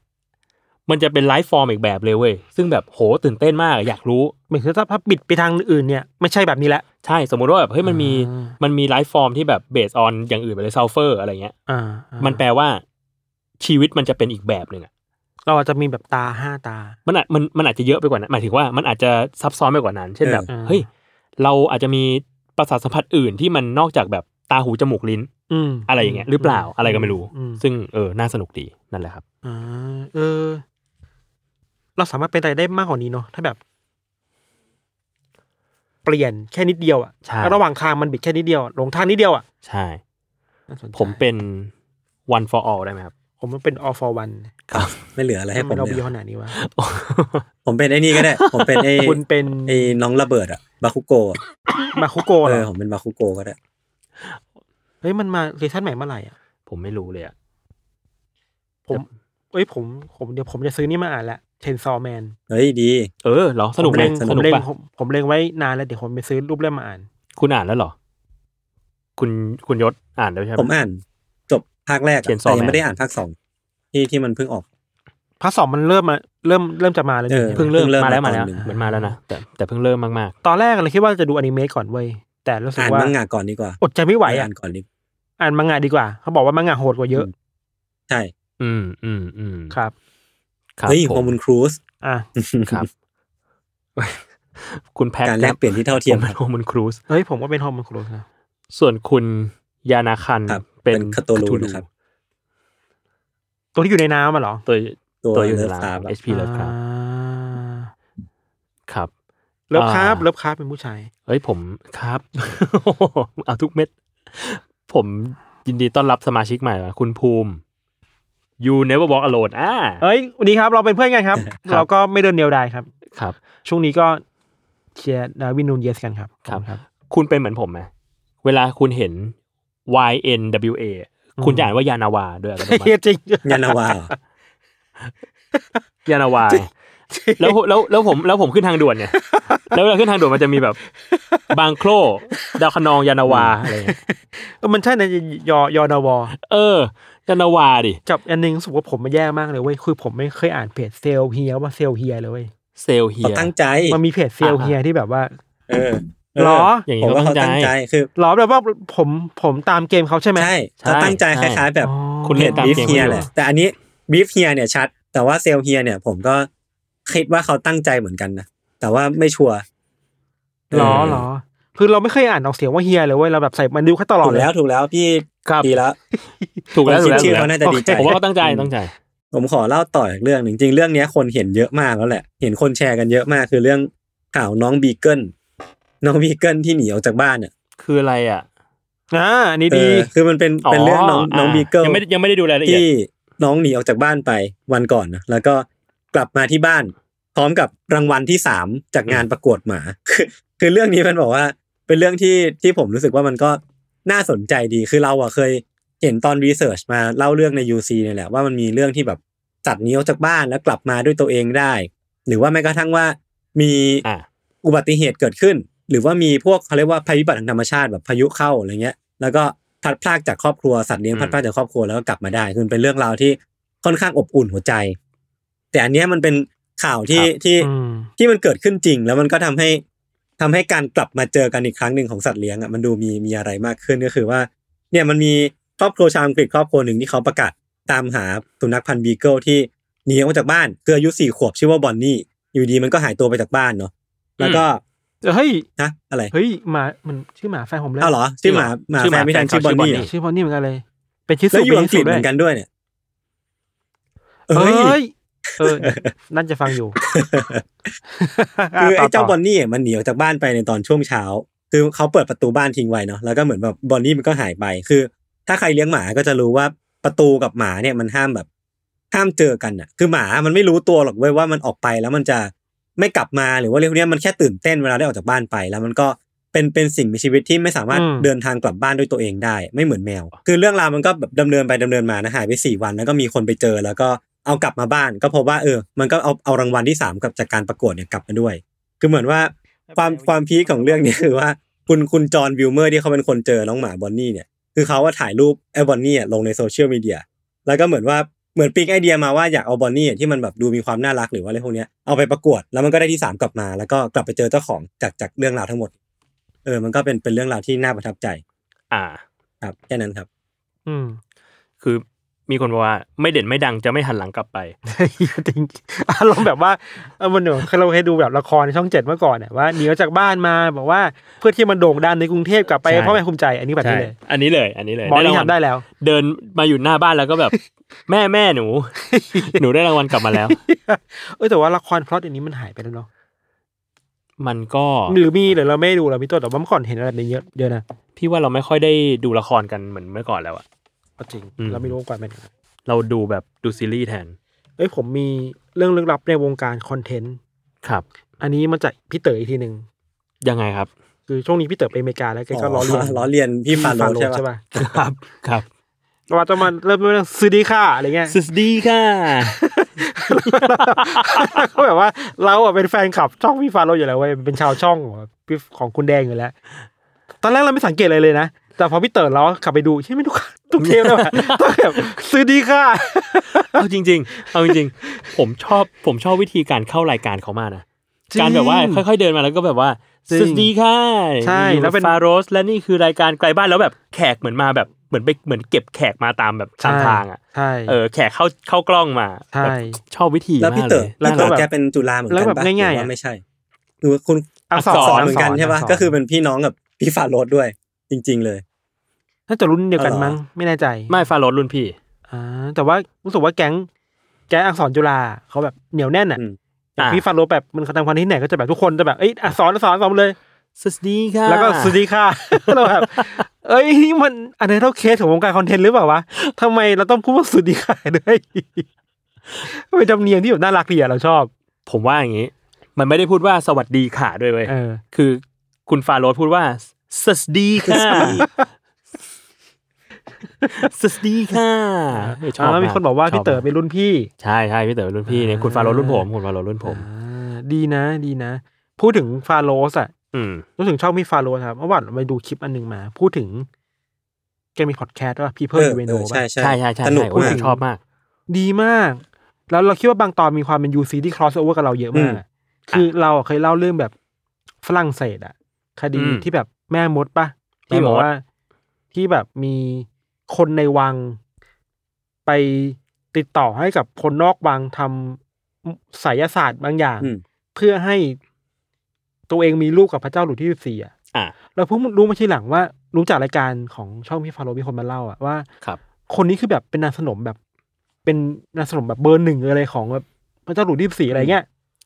S4: มันจะเป็นไลฟ์ฟอร์มอีกแบบเลยเว้ย ซึ่งแบบโหตื่นเต้นมากอะอยากรู้
S3: เหมือนถ้าถ้าบิดไปทางอื่นเนี่ยไม่ใช่แบบนี้ละ
S4: ใช่ สมมุติว่าแบบเฮ้ยมันมี
S3: อ่ามั
S4: มันมีไลฟ์ฟอร์มที่แบบเบสออนอย่างอื่นไปเลยซัลเฟอร์อะไรเงี้ย
S3: อ่า
S4: มันแปลว่าชีวิตมันจะเป็นอีกแบบหนึ่งอ่ะ
S3: เราอาจจะมีแบบตาห้าตา
S4: มันอาจมันมันอาจจะเยอะไปกว่านั้นหมายถึงว่ามันอาจจะซับซ้อนไปกว่านั้น เช่นแบบ
S3: เออ
S4: เฮ้ยเราอาจจะมีประสาทสัมผัสอื่นที่มันนอกจากแบบตาหูจมูกลิ้น
S3: อืม
S4: อะไรอย่างเงี้ยหรือเปล่าอะไรก็ไม่รู้
S3: อืม
S4: ซึ่งเออน่าสนุกดีนั่นแหละครับ
S3: อ่าเออ เราสามารถเป็นอะไรได้มากกว่านี้เนาะถ้าแบบ เปลี่ยนแค่นิดเดียวอะ
S4: ใช่
S3: ่ะระหว่างทางมันบิดแค่นิดเดียวอะหลงทางนิดเดียวอะ่ะ
S4: ใช่
S3: น่าสนใจ
S4: ผมเป็น one for all ได้ไหมครับ
S3: ผมมันเป็น all for one
S2: ไม่เหลืออะไรให้ผ
S3: มั
S2: ม
S3: นเรา
S2: เล
S3: บี
S2: ย
S3: ขนาดนี้วะ
S2: ผมเป็นไอ้นี่ ก็ได้ ผมเป็นไอ้
S3: คุณเป็น
S2: ไอ้น้องระเบิดอะบาคุโกะ
S3: มาคุ
S2: เอ
S3: โกะเหร
S2: อ
S3: อ
S2: ผมเป็นบาคุโกะก็ได้
S3: เฮ้ยมันมาเวอร์ชันใหม่เมื่อไหร่อ่ะ
S4: ผมไม่รู้เลยอะ
S3: ผมเอ้ยผมผมเดี๋ยวผมจะซื้อนี่มาอ่านละเชนซอแมน
S2: เฮ้ยดี
S4: เออเหรอสนุก
S3: ผม
S4: ไหม
S3: เล็ง
S4: ส
S3: ผม
S4: นุก
S3: เล็ง
S4: ปะ
S3: ผมผมเล็งไว้นานแล้วเดี๋ยวผมไปซื้อรูปเล่มมาอ่าน
S4: คุณอ่านแล้วเหรอ คุณคุณยศอ่านแล้วใช่ไหม
S2: ผมอ่านจบภาคแรกอะ
S4: Chainsaw
S2: แต่ยัง
S4: Man
S2: ไม่ได้อ่านภาคสองที่ที่มันเพิ่งออก
S3: พาร์ทสองมันเริ่มมาเริ่มเริ่มจะมาแล้ว
S2: เออ
S3: นี่
S4: เพิ่งเริ่ม
S2: เพิ่งเริ่ม
S4: มา
S2: มาต
S4: แล้วมาแล้ว
S2: อนหนึ่ง
S4: เหมือนมาแล้วนะแต่แต่เพิ่งเริ่มมาก
S3: ตอนแรกเลยคิดว่าจะดูอนิเมะก่อนเว้ยแต่รู้สึก
S2: อ่าน
S3: ว่า
S2: มังงะก่อนดีกว่า
S3: อดใจไม่ไหวอ่ะ
S2: อ่านก่อนดี
S3: อ่านมังงะดีกว่า เขาบอกว่ามังงะโหดกว่าเยอะ
S2: ใช่
S4: ๆ อืมอืมอืม
S3: ครับ
S4: ครับ
S2: เฮ้ย
S4: ผม
S2: โฮมุนครูซ
S3: อ่ะ
S4: ครับ คุณแพ็ค
S2: การแลกเปลี่ยนที่เท่า
S4: เที
S2: เที
S4: ย
S2: ย
S4: ม
S2: ม
S4: เป็นโฮมันครูส
S3: เฮ้ยผมก็เป็นฮอร์โมนครูสนะ
S4: ส่วนคุณยานาคัน
S2: ครับ
S4: เป็น
S2: เป็น Cthulhu นะครับ
S3: ตัวที่อยู่ในน้ำอ่ะเหรอ
S4: ตัว
S2: ตัว
S4: ตัวอยู่ใน
S2: เลิฟ
S4: ร้า
S2: คาร์
S4: น
S2: บ
S4: HP เลิฟครับครับ
S3: เลิฟคราฟ
S4: อ่า
S3: เลิฟคราฟเป็นผู้ชาย
S4: เฮ้ยผมครับ เอาทุกเม็ด ผมยินดีต้อนรับสมาชิกใหม่นะคุณภูมิ you never walk alone อ่า
S3: เอ้ยวันนี้ครับเราเป็นเพื่อนกัน ครับ
S4: ครับ
S3: เราก็ไม่เดินเดียวดายครับ
S4: ครับ
S3: ช่วงนี้ก็เชียร์ดาร์วินนูนเยสกันครับ
S4: ครับ
S3: ขอณ
S4: คุณเป็นเหมือนผมไหมเวลาคุณเห็น YNWA
S3: อืม
S4: คุณจะอ่านว่ายานาวาด้วยอัตโนมัติ
S3: เฮียจริง
S2: ยานาวาเหรอย
S4: านาวาแล้วแล้วแล้วผมแล้วผมขึ้นทางด่วนเนี่ย แล้วเวลาขึ้นทางด่วนมันจะมีแบบ บางโครดาวคะนองยานาวาอะไรเงี้ย
S3: เออมันใช่นะยอยอนาวอ
S4: เออ ยานาวาดิ
S3: กับอันหนึงรู้สุว่าผมมันแย่มากเลยเว้ยคือผมไม่เคยอ่านเพจเซลเฮียว่าเซลเฮียเลยเว้ย
S4: เซลเฮี
S2: เขา
S4: ย
S2: ตั้งใจ
S3: มันมีเพจเซลเฮียที่แบบว่า
S2: เออเห
S3: รอ
S4: อย่างนี้
S2: ผมว่า
S4: เขา
S2: เขา
S4: ตั้
S2: ตั้
S4: ง
S2: ง
S4: ใจ
S2: ใจคือ
S3: หรอแบบว่าผมผมตามเกมเขาใช่ไหม
S2: ใช่
S4: ใช่
S2: เขาตั้งใจคล้ายๆ แบบ
S3: อ๋อ
S4: คุณเล่นตาม
S2: บีฟ
S4: เกม
S2: เฮีย
S4: เขาอยู่
S2: แหละแต่อันนี้บีฟเฮียเนี่ยชัด แต่ว่าเซลเฮียเนี่ย ผมก็คิดว่าเขาตั้งใจเหมือนกันนะแต่ว่าไม่ชัวร์
S3: หรอ
S2: เออ
S3: หรอ คือเราไม่เคยอ่านออกเสียงว่าเฮียเลยเว้ยเราแบบใส่มันดิวแค่ตลอ
S2: ถู
S3: ด
S2: ก
S3: เลย
S2: แล้วถูกแล้วพี่
S4: ครับ
S2: ดีแล้ว
S4: ถูกแล้วถูก
S2: คน
S4: แล้ว
S2: คิดชื่อเขาน่าจะดีใจ
S4: ผมว่าเขาตั้งใจตั้งใจ
S2: ผมขอเล่าต่ออีกเรื่องหนึ่งจริงๆเรื่องเนี้ยคนเห็นเยอะมากแล้วแหละ เห็นคนแชร์กันเยอะมากคือเรื่องข่าวน้องบีเกิลน้องบีเกิลที่หนีออกจากบ้านอ่ะ
S4: คืออะไรอ่ะ
S3: อ่าอันนี้
S2: เอ
S3: ดี
S2: อคือมันเป็นเป็นเรื่องน้องน้องบีเกิล
S4: ยังไม่ได้ยังไม่ได้ดูรายละเอียด
S2: ที่น้องหนีออกจากบ้านไปวันก่อนนะแล้วก็กลับมาที่บ้าน พร้อมกับรางวัลที่สามจากงานประกวดหมา คือคือเรื่องนี้มันบอกว่า เป็นเรื่องที่ที่ผมรู้สึกว่ามันก็น่าสนใจดีคือเราอะเคยเห็นตอนรีเสิร์ชมาเล่าเรื่องใน UC เนี่ยแหละว่ามันมีเรื่องที่แบบสัตว์หนีออกจากบ้านแล้วกลับมาด้วยตัวเองได้ หรือว่าแม้กระทั่งว่ามี
S4: อ่ะ
S2: อุบัติเหตุเกิดขึ้น หรือว่ามีพวกเขาเรียกว่าภัยพิบัติทางธรรมชาติแบบพายุเข้าอะไรเงี้ย แล้วก็พลัดพรากจากครอบครัวสัตว์เลี้ยง
S4: อืม
S2: พลัดพรากจากครอบครัวแล้วก็กลับมาได้คือมันเป็นเรื่องราวที่ค่อนข้างอบอุ่นหัวใจ แต่อันเนี้ยมันเป็นข่าวที่ที่
S3: อืม
S2: ที่มันเกิดขึ้นจริง แล้วมันก็ทำให้ทำให้การกลับมาเจอกันอีกครั้งหนึ่งของสัตว์เลี้ยงอ่ะมันดูมีมีอะไรมากขึ้นก็คือว่า เนี่ยมันมีครอบครัวชาวอังกฤษครอบครัวหนึ่งที่เขาประกาศตามหาสุนัขพันธุ์บีเกิลที่หนีออกจากบ้านคืออายุสี่ขวบชื่อว่าบอนนี่อยู่ดีมันก็หายตัวไปจากบ้านเนาะแล้วก็
S3: เฮ้ย
S2: นะอะไร
S3: เฮ้ยหมามันชื่อหมาแฟนผมเลย
S2: อ้าวเหรอชื่อหมาหมา
S4: ชื่อห
S2: แฟ
S4: มาน
S2: ไม่ทัน
S4: แฟน
S2: ชื่อบอนนี่เหรอ
S4: ชื่
S3: ชื่อพอนี่เหมือนกันเลย เป็นชิสุ
S2: แล้วอยู่อังกฤษ
S3: ป็
S2: เหมือนกันด้วยเนี่ย
S3: เอ้
S2: เอ้ย
S3: ย เออ นั่นจะฟังอยู่
S2: คือไอ้
S3: ะ
S2: เจ้า
S3: ต่
S2: บอนนี่มันหนีออกจากบ้านไปในตอนช่วงเช้า คือเขาเปิดประตูบ้านทิ้งไว้เนาะ แล้วก็เหมือนแบบบอนนี่มันก็หายไป คือ ถ้าใครเลี้ยงหมาก็จะรู้ว่าประตูกับหมาเนี่ยมันห้ามแบบ ห้ามเจอกันอ่ะ คือหมามันไม่รู้ตัวหรอกเว้ยว่ามันออกไปแล้วมันจะไม่กลับมาหรือว่าเรื่องพวกเนี้ยมันแค่ตื่นเต้นเวลาได้ออกจากบ้านไป แล้วมันก็เป็นเป็นสิ่งมีชีวิตที่ไม่สามารถเดินทางกลับบ้านด้วยตัวเองได้ ไม่เหมือนแมว คือเรื่องราวมันก็แบบดำเนินไปดำเนินมานะหายไปสี่วันแล้วก็มีคนไปเจอ แล้วก็เอากลับมาบ้าน ก็พบว่าเออ มันก็เอาเอารางวัลที่สามกับจากการประกวดเนี่ยกลับมาด้วย คือเหมือนว่า ความความพีคของเรื่องเนี้ คือว่าคุณคุณจอห์นวิลเมอร์ที่เขาเป็นคนเจอน้องหมาบอนนี่เนี่ยคือเขาว่าถ่ายรูปไอ้บอนนี่อะลงในโซเชียลมีเดียแล้วก็เหมือนว่าเหมือนปิ๊งไอเดียมาว่าอยากเอาบอนนี่อะที่มันแบบดูมีความน่ารักหรือว่าอะไรพวกเนี้ยเอาไปประกวดแล้วมันก็ได้ที่สามกลับมาแล้วก็กลับไปเจอเจ้าของจากจากเรื่องราวทั้งหมด เออมันก็เป็นเป็นเรื่องราวที่น่าประทับใจ
S4: อ่า
S2: ครับแค่นั้นครับ
S3: อืม
S4: คือมีคนบอกว่าไม่เด่นไม่ดังจะไม่หันหลังกลับไป
S3: จริงอารมณ์แบบว่าเออมันเหมือนเราเคยดูแบบละครช่องเจ็ดเมื่อก่อนเนี่ยว่าหนีออกจากบ้านมาบอกว่าเพื่อที่มันโด่งดังในกรุงเทพกลับไป
S4: ใช่
S3: พ่อแม่ภูมิใจอันนี้แบบนี้
S4: ใช่
S3: เลย
S4: อันนี้เลย อันนี้เลย
S3: หมอนี่
S4: รางวัล
S3: ทำได้แล้ว
S4: เดินมาอยู่หน้าบ้านแล้วก็แบบ แม่แม่หนู หนูได้รางวัลกลับมาแล้ว
S3: เออแต่ว่าละครพล็อตอันนี้มันหายไปแล้วเนาะ
S4: มันก็
S3: หรือมีหรือเราไม่ดูเราไม่ตัวแต่ว่าเมื่อก่อนเห็นอะไรแบบนี้เยอะเยอะนะ
S4: พี่ว่าเราไม่ค่อยได้ดูละครกันเหมือนเมื่อก่อนแล้วอะ
S3: เอาจริง
S4: อืม
S3: เราไม่รู้ว่าก่อนเป็นยังไง
S4: เราดูแบบดูซีรีส์แทน
S3: เอ้ยผมมีเรื่องลึกลับในวงการคอนเทนต์
S4: ครับ
S3: อันนี้มาจากพี่เต๋ออีกทีหนึ่ง
S4: ยังไงครับ
S3: คือช่วงนี้พี่เต๋อไปอเมริกาแล้วแกก็ล้อเลียน
S2: อ๋อล้อเลียนพี่ฟาโรห์ใช่ปะ
S3: ปะ
S4: ครับครับ
S3: ว่าจะมาเริ่มเรื่องซื้อดีค่าอะไรเงี้ย
S4: สวัสดีค่ะ
S3: แล้วก็แบบว่าเราอ่ะเป็นแฟนคลับช่องพี่ฟาโรห์อยู่แล้วเว้ยเป็นชาวช่องของพี่ของคุณแดงอยู่แล้ว ตอนแรกเราไม่สังเกตอะไรเลยนะ แต่พอพี่เต๋อเราขับไปดู ใช่ไหมทุกทุกเทปเลยว่ะต้องแบบซื้อดีค่า
S4: เอาจริง ๆ เอาจริงๆ ผมชอบผมชอบวิธีการเข้ารายการเขามากนะ การแบบว่า
S3: จง
S4: ค่อยๆเดินมาแล้วก็แบบว่า
S3: จริง
S4: สวัสดีค่ะ
S3: ใช่แล้
S4: แล้ว ว
S3: เป็
S4: เป็น นฟาโรส และนี่คือรายการไกลบ้านแล้วแบบแขกเหมือนมาแบบเหมือนไปเหมือนเก็บแขกมาตามแบบตามทางอ่ะ
S3: ใช่
S4: เออแขกเข้าเข้ากล้องมา
S3: ใช่
S4: แบบชอบวิธี
S2: แล้ว
S4: มา
S2: พี่
S4: ก
S2: เต๋
S4: เล
S2: อย พี่เต๋อ
S3: แล้วแบบ
S2: แกเป็นจุฬาเหมือน
S3: แล้ว
S2: กัน
S3: แบบ
S2: ปะ
S3: ง่าย
S2: หรื
S3: ๆ
S2: อ
S3: อะ
S2: ว่าไม่ใช่หรือว่าคุณ
S3: อักษ
S4: ส
S3: ร
S2: สอนเหมือนกันใช่ปะ
S3: สร
S2: ก็คือเป็นพี่น้องกับพี่ฟาโรห์ด้วย จริง ๆ เลย
S3: น่าจะรุ่นเดียวกันมั้งไม่แน่ใจ
S4: ไม่ฟาโรสรุ่นพี่
S3: อ่าแต่ว่ารู้สึกว่าแก๊งแก๊งอักษรจุฬาเขาแบบเหนียวแน่นอ่ะ
S2: อืม
S3: แต่
S4: อ่า
S3: พี่ฟันโรแบบมันเขาทำความที่ไหนก็จะแบบทุกคนจะแบบเอ้ยอักษรอักษรอักษรเลย
S4: สวัสดีค่ะ
S3: แล้วก็สวัสดีค่ะ เราแบบ เอ้ยนี่มันอันนี้เท่าเคสของวงการคอนเทนต์หรือเปล่าวะทำไมเราต้องพูดว่าสวัสดีค่ะ ด้วยเป็นจำเนียงที่แบบน่ารักดีอ่ะเราชอบ
S4: ผมว่าอย่างนี้ มันไม่ได้พูดว่าสวัสดีค่ะด้วยเว้ย
S3: เออ
S4: คือคุณฟาโรสพูดว่าสวัสดีค่ะสวัสดีค่ะเออชอบ
S3: แล้วมีคนบอกว่า
S4: ช
S3: พี่เต๋อเป็นรุ่นพี่
S4: ใช่ใช่พี่เต๋อเป็นรุ่นพี่เนี่ยคุณฟาโรสรุ่นผมคุณฟาโรสรุ่นผม
S3: อ่าดีนะ ดีนะ พูดถึงฟาโรสอ่ะ
S4: อืม
S3: รู้ถึงชอบมีฟาโรห์นะครับเมื่อวานไปดูคลิปอันหนึ่งมา พูดถึง แกมีพอดแคสต์ว่าพีเพิ
S2: เอ
S3: ร์
S2: อ
S3: ลเวโน
S2: เออใช่
S3: ป่ะ
S2: ใช่
S4: ใช่ใช่ใช่
S2: สนุก
S4: ใช่ผม
S2: มาก
S4: ชอบมาก
S3: ดีมาก แล้วเราคิดว่าบางตอนมีความเป็นยูซีที่ครอสโอเวอร์กับเราเยอะมาก คือเราอะเคยเล่าเรื่องแบบฝรั่งเศสอะคดี
S4: อืม
S3: ที่แบบแม่มดป่ะ
S4: แม่
S3: ที่
S4: มด
S3: บอกว่าที่แบบมีคนในวัง ไปติดต่อให้กับคนนอกวังทำไสยศาสตร์บางอย่าง
S2: อืม
S3: เพื่อให้ตัวเองมีลูกกับพระเจ้าหลุยส์ที่สิบสี่อะ
S4: อ่ะ
S3: เราเพิ่งรู้มาทีหลังว่ารู้จากรายการของช่องพี่ฟาโรห์มีคนมาเล่าอะว่า
S4: ครับ
S3: คนนี้คือแบบเป็นนางสนมแบบ เป็นนางสนมแบบเบอร์หนึ่งอะไรของแบบพระเจ้าหลุยส์ที่สีอะไรเงี้ย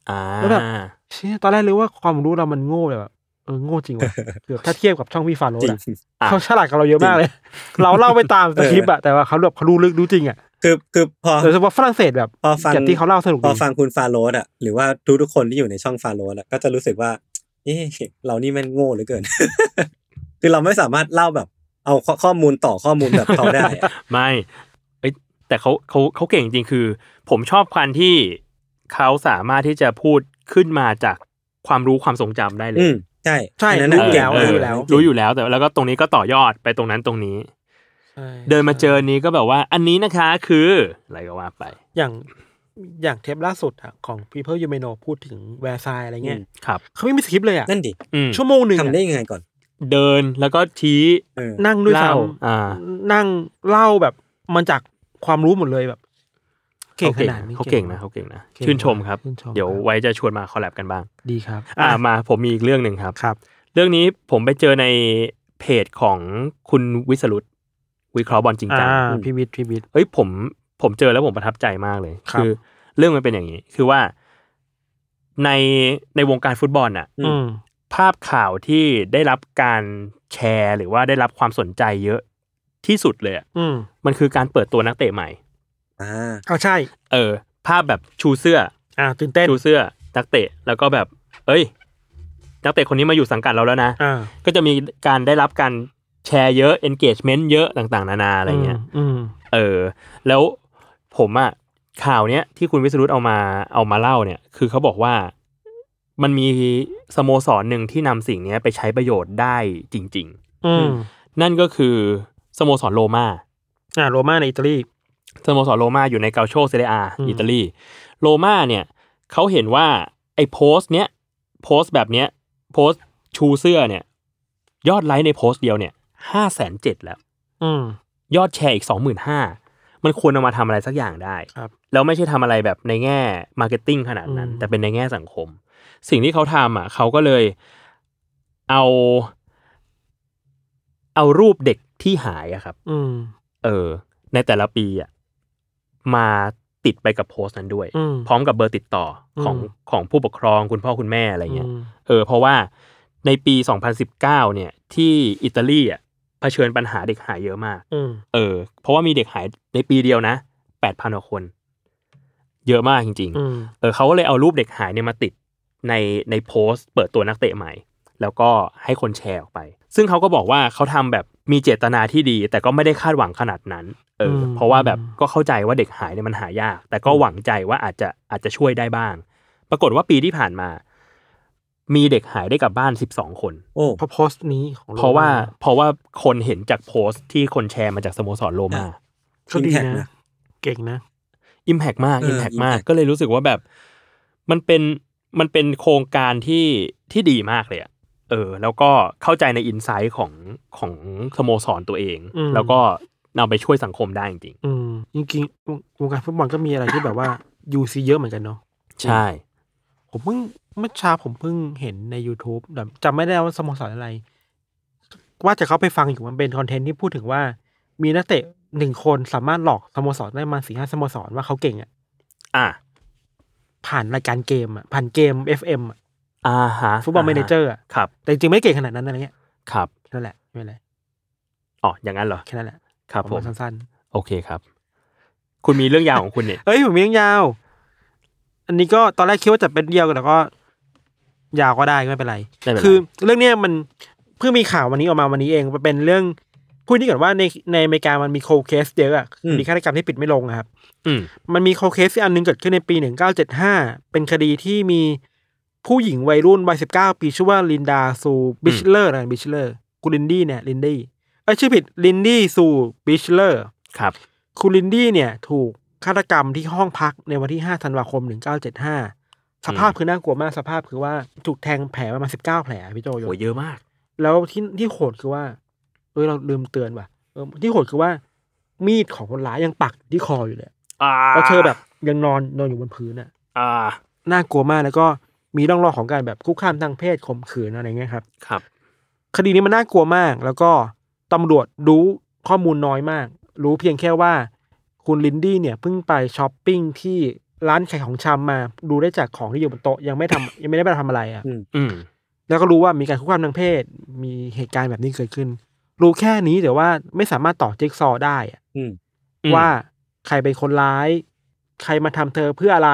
S4: อ่า
S3: แล้วแบบ เชี่ยตอนแรกเลยว่าความรู้เรามันโง่เลยแบบเออโง่จริงว่ะ เกือบถ้าเทียบกับช่องพี่ฟาโรห์
S2: จริง
S3: อะเขาฉลาดกับเราเยอะมากเลย เราเล่าไปตามสคริปต์อะแต่ว่าเขาแบบเขารู้ลึกรู้จริงอะ
S2: คือคือพอ
S3: โดยเฉพาะฝรั่งเศสแบบ
S2: พอฟัง
S3: จากที่เขาเล่าสนุก
S2: พ
S3: ดี
S2: อฟังคุณฟาโรสอ่ะหรือว่าทุกทุกๆคนที่อยู่ในช่องฟาโรสอ่ะก็จะรู้สึกว่าเอ๊ะเรานี่แม่นโง่เหลือเกิน คือเราไม่สามารถเล่าแบบ เอาข้อข้อมูลต่อข้อมูลแบบเขาได้อะ
S4: ไม่เอ้ยแต่เขาเขาเขาเก่งจริงๆคือ ผมชอบการที่เขาสามารถที่จะพูดขึ้นมาจากความรู้ความทรงจำได้เล
S2: อื
S4: ย
S2: มใช่
S3: ใช่
S2: อันนั้น
S3: รู้
S2: น่ะ
S3: อยู่แล้ว
S2: เก่งมา
S3: รู้อก ยู่แล้ว
S4: รู้อยู่แล้วแต่แล้วก็ตรงนี้ก็ต่อยอดไปตรงนั้นตรงนี้
S3: ใช่
S4: เดินมาเจอนี้ก็แบบว่าอันนี้นะคะคืออะไรก็ว่าไป
S3: อย่างอย่างเทปล่าสุดอะของ People You May Know พูดถึงแวร์ซายอะไรเงี้ย
S4: ครับ
S3: เขาไม่มีสคริปต์เลยอะ
S2: นั่นดิ
S4: อืม
S3: ชั่วโมงหนึ่ง
S2: ทำ
S3: อะ
S2: ได้ยังไงก่อน
S4: เดินแล้วก็ชี้
S2: เออ
S3: นั่งด้วยซ้
S4: เล่าอ่า
S3: ำนั่งเล่าแบบมันจากความรู้หมดเลยแบบ เก่งขนาดนี้
S4: เขาเก่งนะเขาเก่งนะ
S3: เก่ง
S4: ชื่นชมครับ
S3: ชื่นชม
S4: เดี๋ยว
S3: ครับ
S4: ไว้จะชวนมาคอลแลบกันบ้าง
S3: ดีครับ
S4: อ่ามาผมมีอีกเรื่องหนึ่งครับ
S3: ครับ
S4: เรื่องนี้ผมไปเจอในเพจของคุณวิสรุตวิเคราะห์บอลจริงจัง
S3: อ่า
S4: อืม
S3: พี่วิทย์พี่วิทย์
S4: เฮ้ยผมผมเจอแล้วผมประทับใจมากเลย
S3: ครับ
S4: อเรื่องมันเป็นอย่างนี้ คือว่าในในวงการฟุตบอลน่ะ
S2: อืม
S3: อืม
S4: ภาพข่าวที่ได้รับการแชร์ หรือว่าได้รับความสนใจเยอะที่สุดเลยอะ
S3: อืม
S4: มันคือการเปิดตัวนักเตะใหม่
S2: อ่า
S3: เอาใช่
S4: เออ ภาพแบบชูเสื้อ
S3: อ่าตื่นเต้น
S4: ดูเสื้อนักเตะแล้วก็แบบ เอ้ย นักเตะคนนี้มาอยู่สังกัดเราแล้วนะ
S3: อ่า
S4: ก็จะมีการได้รับการแชร์เยอะ engagement เยอะต่างๆ นานาอะไรเงี้ย
S3: อืม
S4: เออ แล้วผมอะข่าวเนี้ยที่คุณวิสรุตเอามาเอามาเล่าเนี่ย คือเขาบอกว่ามันมีสโมสรหนึ่งที่นำสิ่งเนี้ยไปใช้ประโยชน์ได้จริง
S3: อืม
S4: ๆ นั่นก็คือสโมสรโรมา
S3: อ่าโรม่าในอิตาลี
S4: สโมสรโรมาอยู่ในเกาโชเซเรียอา
S3: อืม
S4: อิตาลีโรมาเนี่ยเขาเห็นว่าไอ้โพสต์เนี้ยโพสต์แบบเนี้ยโพสต์ชูเสื้อเนี่ย ยอดไลค์ในโพสต์เดียวเนี่ยห้าแสนเจ็ดแล้ว
S3: อืม
S4: ยอดแชร์อีกสองหมื่นห้ามันควรเอามาทำอะไรสักอย่างได้
S3: ครับ
S4: แล้วไม่ใช่ทำอะไรแบบในแง่มาร์เก็ตติ้งขนาดนั้น
S3: อืม
S4: แต่เป็นในแง่สังคม สิ่งที่เขาทำอ่ะเขาก็เลยเอา เอารูปเด็กที่หายอะครับ
S3: อืม
S4: เออ ในแต่ละปีอ่ะมาติดไปกับโพสต์นั้นด้วย
S3: อืม
S4: พร้อมกับเบอร์ติดต่อของ
S3: อืม
S4: ของผู้ปกครองคุณพ่อคุณแม่อะไรเงี้ย
S3: อืม
S4: เออเพราะว่าในปี 2019 เนี่ย ที่อิตาลีอ่ะเผชิญปัญหาเด็กหายเยอะมาก
S3: อืม
S4: เออ เพราะว่ามีเด็กหายในปีเดียวนะแปดพันกว่าคน เยอะมากจริง
S3: อืม
S4: ๆ เออเขาก็เลยเอารูปเด็กหายเนี่ยมาติดในในโพสต์เปิดตัวนักเตะใหม่ แล้วก็ให้คนแชร์ออกไป ซึ่งเขาก็บอกว่าเขาทำแบบมีเจตนาที่ดี แต่ก็ไม่ได้คาดหวังขนาดนั้น เอออเพราะว่าแบบก็เข้าใจว่าเด็กหายเนี่ยมันหายาก แต่ก็หวังใจว่าอาจจะอาจจะช่วยได้บ้าง ปรากฏว่าปีที่ผ่านมา มีเด็กหายได้กลับบ้านสิบสองคน
S2: โอ้
S3: เพราะโพสต์นี้ของโม
S4: เพราะว่าเพราะว่าคนเห็นจากโพสต์ที่คนแชร์มาจากสโมสรโรมา
S3: ก็ดี
S2: อิมแพค
S3: นะเก่งนะ
S4: อิมแพกมาก
S2: เออ
S4: อิมแพก
S2: impact
S4: มากก็เลยรู้สึกว่าแบบมันเป็นมันเป็นโครงการที่ที่ดีมากเลยอะเออ แล้วก็เข้าใจในอินไซต์ของของสโมสรตัวเอง
S3: อืม
S4: แล้วก็นำไปช่วยสังคมได้จริง
S3: อืมจริงๆวงวงการฟุตบอลก็มีอะไรที่แบบว่ายูซีเยอะเหมือนกันเนาะ
S4: ๆใช่
S3: ผมเพิ่งเมื่อเช้าผมเพิ่งเห็นใน YouTube แบบจำไม่ได้ว่าสโมสรอะไร ว่าจะเขาไปฟังอยู่มันเป็นคอนเทนต์ที่พูดถึงว่า มีนักเตะหนึ่งคนสามารถหลอกสโมสรได้มาสี่ห้าสโมสรว่าเขาเก่งอ่ะ
S4: อ่ะ
S3: ผ่านรายการเกมอ่ะผ่านเกม FM อ่ะ
S4: อ่าฮะ
S3: ฟุตบอลเมนเจอร์อ่ะ
S4: ครับ
S3: แต่จริงๆไม่ได้เก่งขนาดนั้นอะไรเงี้ย
S4: ครับ
S3: แค่นั่นแหละไม่เป็นไร
S4: อ๋ออย่างนั้นเหรอ
S3: แค่นั้นแหละ
S4: ครับผ
S3: ปะาม ณสั้น
S4: โอเคครับ คุณมีเรื่องยาวของคุณเนี่ย
S3: ๆ เอ้ยผมมีเรื่องยาว อันนี้ก็ตอนแรกคิดว่าจะเป็นเดียวกันแต่ก็ ยาวก็ได้ไม่เป็นไร
S4: ไม่เป็นไร
S3: คือเรื่องเนี้ยมันเพิ่งมีข่าววันนี้ออกมาวันนี้เองมันเป็นเรื่องพูดนี่ก่อนว่าในในอเมริกามันมีโคเคสเยอะอะ
S2: อืม
S3: มีฆาตกรรมที่ปิดไม่ลงอะครับ
S4: อืม
S3: มันมีโคเคสอันหนึงเกิดขึ้นในปีหนึ่งเก้าเจ็ดห้าเป็นคดีที่มีผู้หญิงวัยรุ่นวัยสิบเก้าปีชื่อว่าลินดาซูบิชเลอร์นะบิชเลอร์คูลินดี้เนี่ยลินดี้เอ้ยชื่อผิดลินดี้ซูบิชเลอร์
S4: ครับ
S3: คูลินดี้เนี่ยถูกฆาตกรรมที่ห้องพักในวันที่ห้าธันวาคมหนึ่งเก้าเจ็ดห้าสภาพคือน่ากลัวมากสภาพคือว่าถูกแทงแผลประมาณสิบเก้าแผลพี่โจโย
S4: โหเยอะมาก
S3: แล้วที่ที่โหดคือว่า เอ้ยเราลืมเตือนว่ะเออที่โหดคือว่า มีดของคนร้ายยังปักอยู่ที่คออยู่เลย
S4: อ่า
S3: แล้วเธอแบบยังนอนนอนอยู่บนพื้นอ่ะ
S4: อ่า
S3: น่ากลัวมากแล้วก็มีร่องรอยของการแบบคุกคามทางเพศข่มขืนอะไรเงี้ยครับ
S4: ครับ
S3: คดีนี้มันน่ากลัวมาก แล้วก็ตำรวจรู้ข้อมูลน้อยมาก รู้เพียงแค่ว่า คุณลินดี้เนี่ยเพิ่งไปช้อปปิ้งที่ร้านขายของชำมา ดูได้จากของที่อยู่บนโต๊ะยังไม่ทำ ยังไม่ได้ไปทำอะไรอ่ะ
S4: อืม
S3: แล้วก็รู้ว่ามีการคุกคามทางเพศ มีเหตุการณ์แบบนี้เกิดขึ้น รู้แค่นี้แต่ว่าไม่สามารถต่อจิ๊กซอว์ได้อะ
S2: อืม
S4: อืม
S3: ว่าใครเป็นคนร้าย ใครมาทำเธอเพื่ออะไร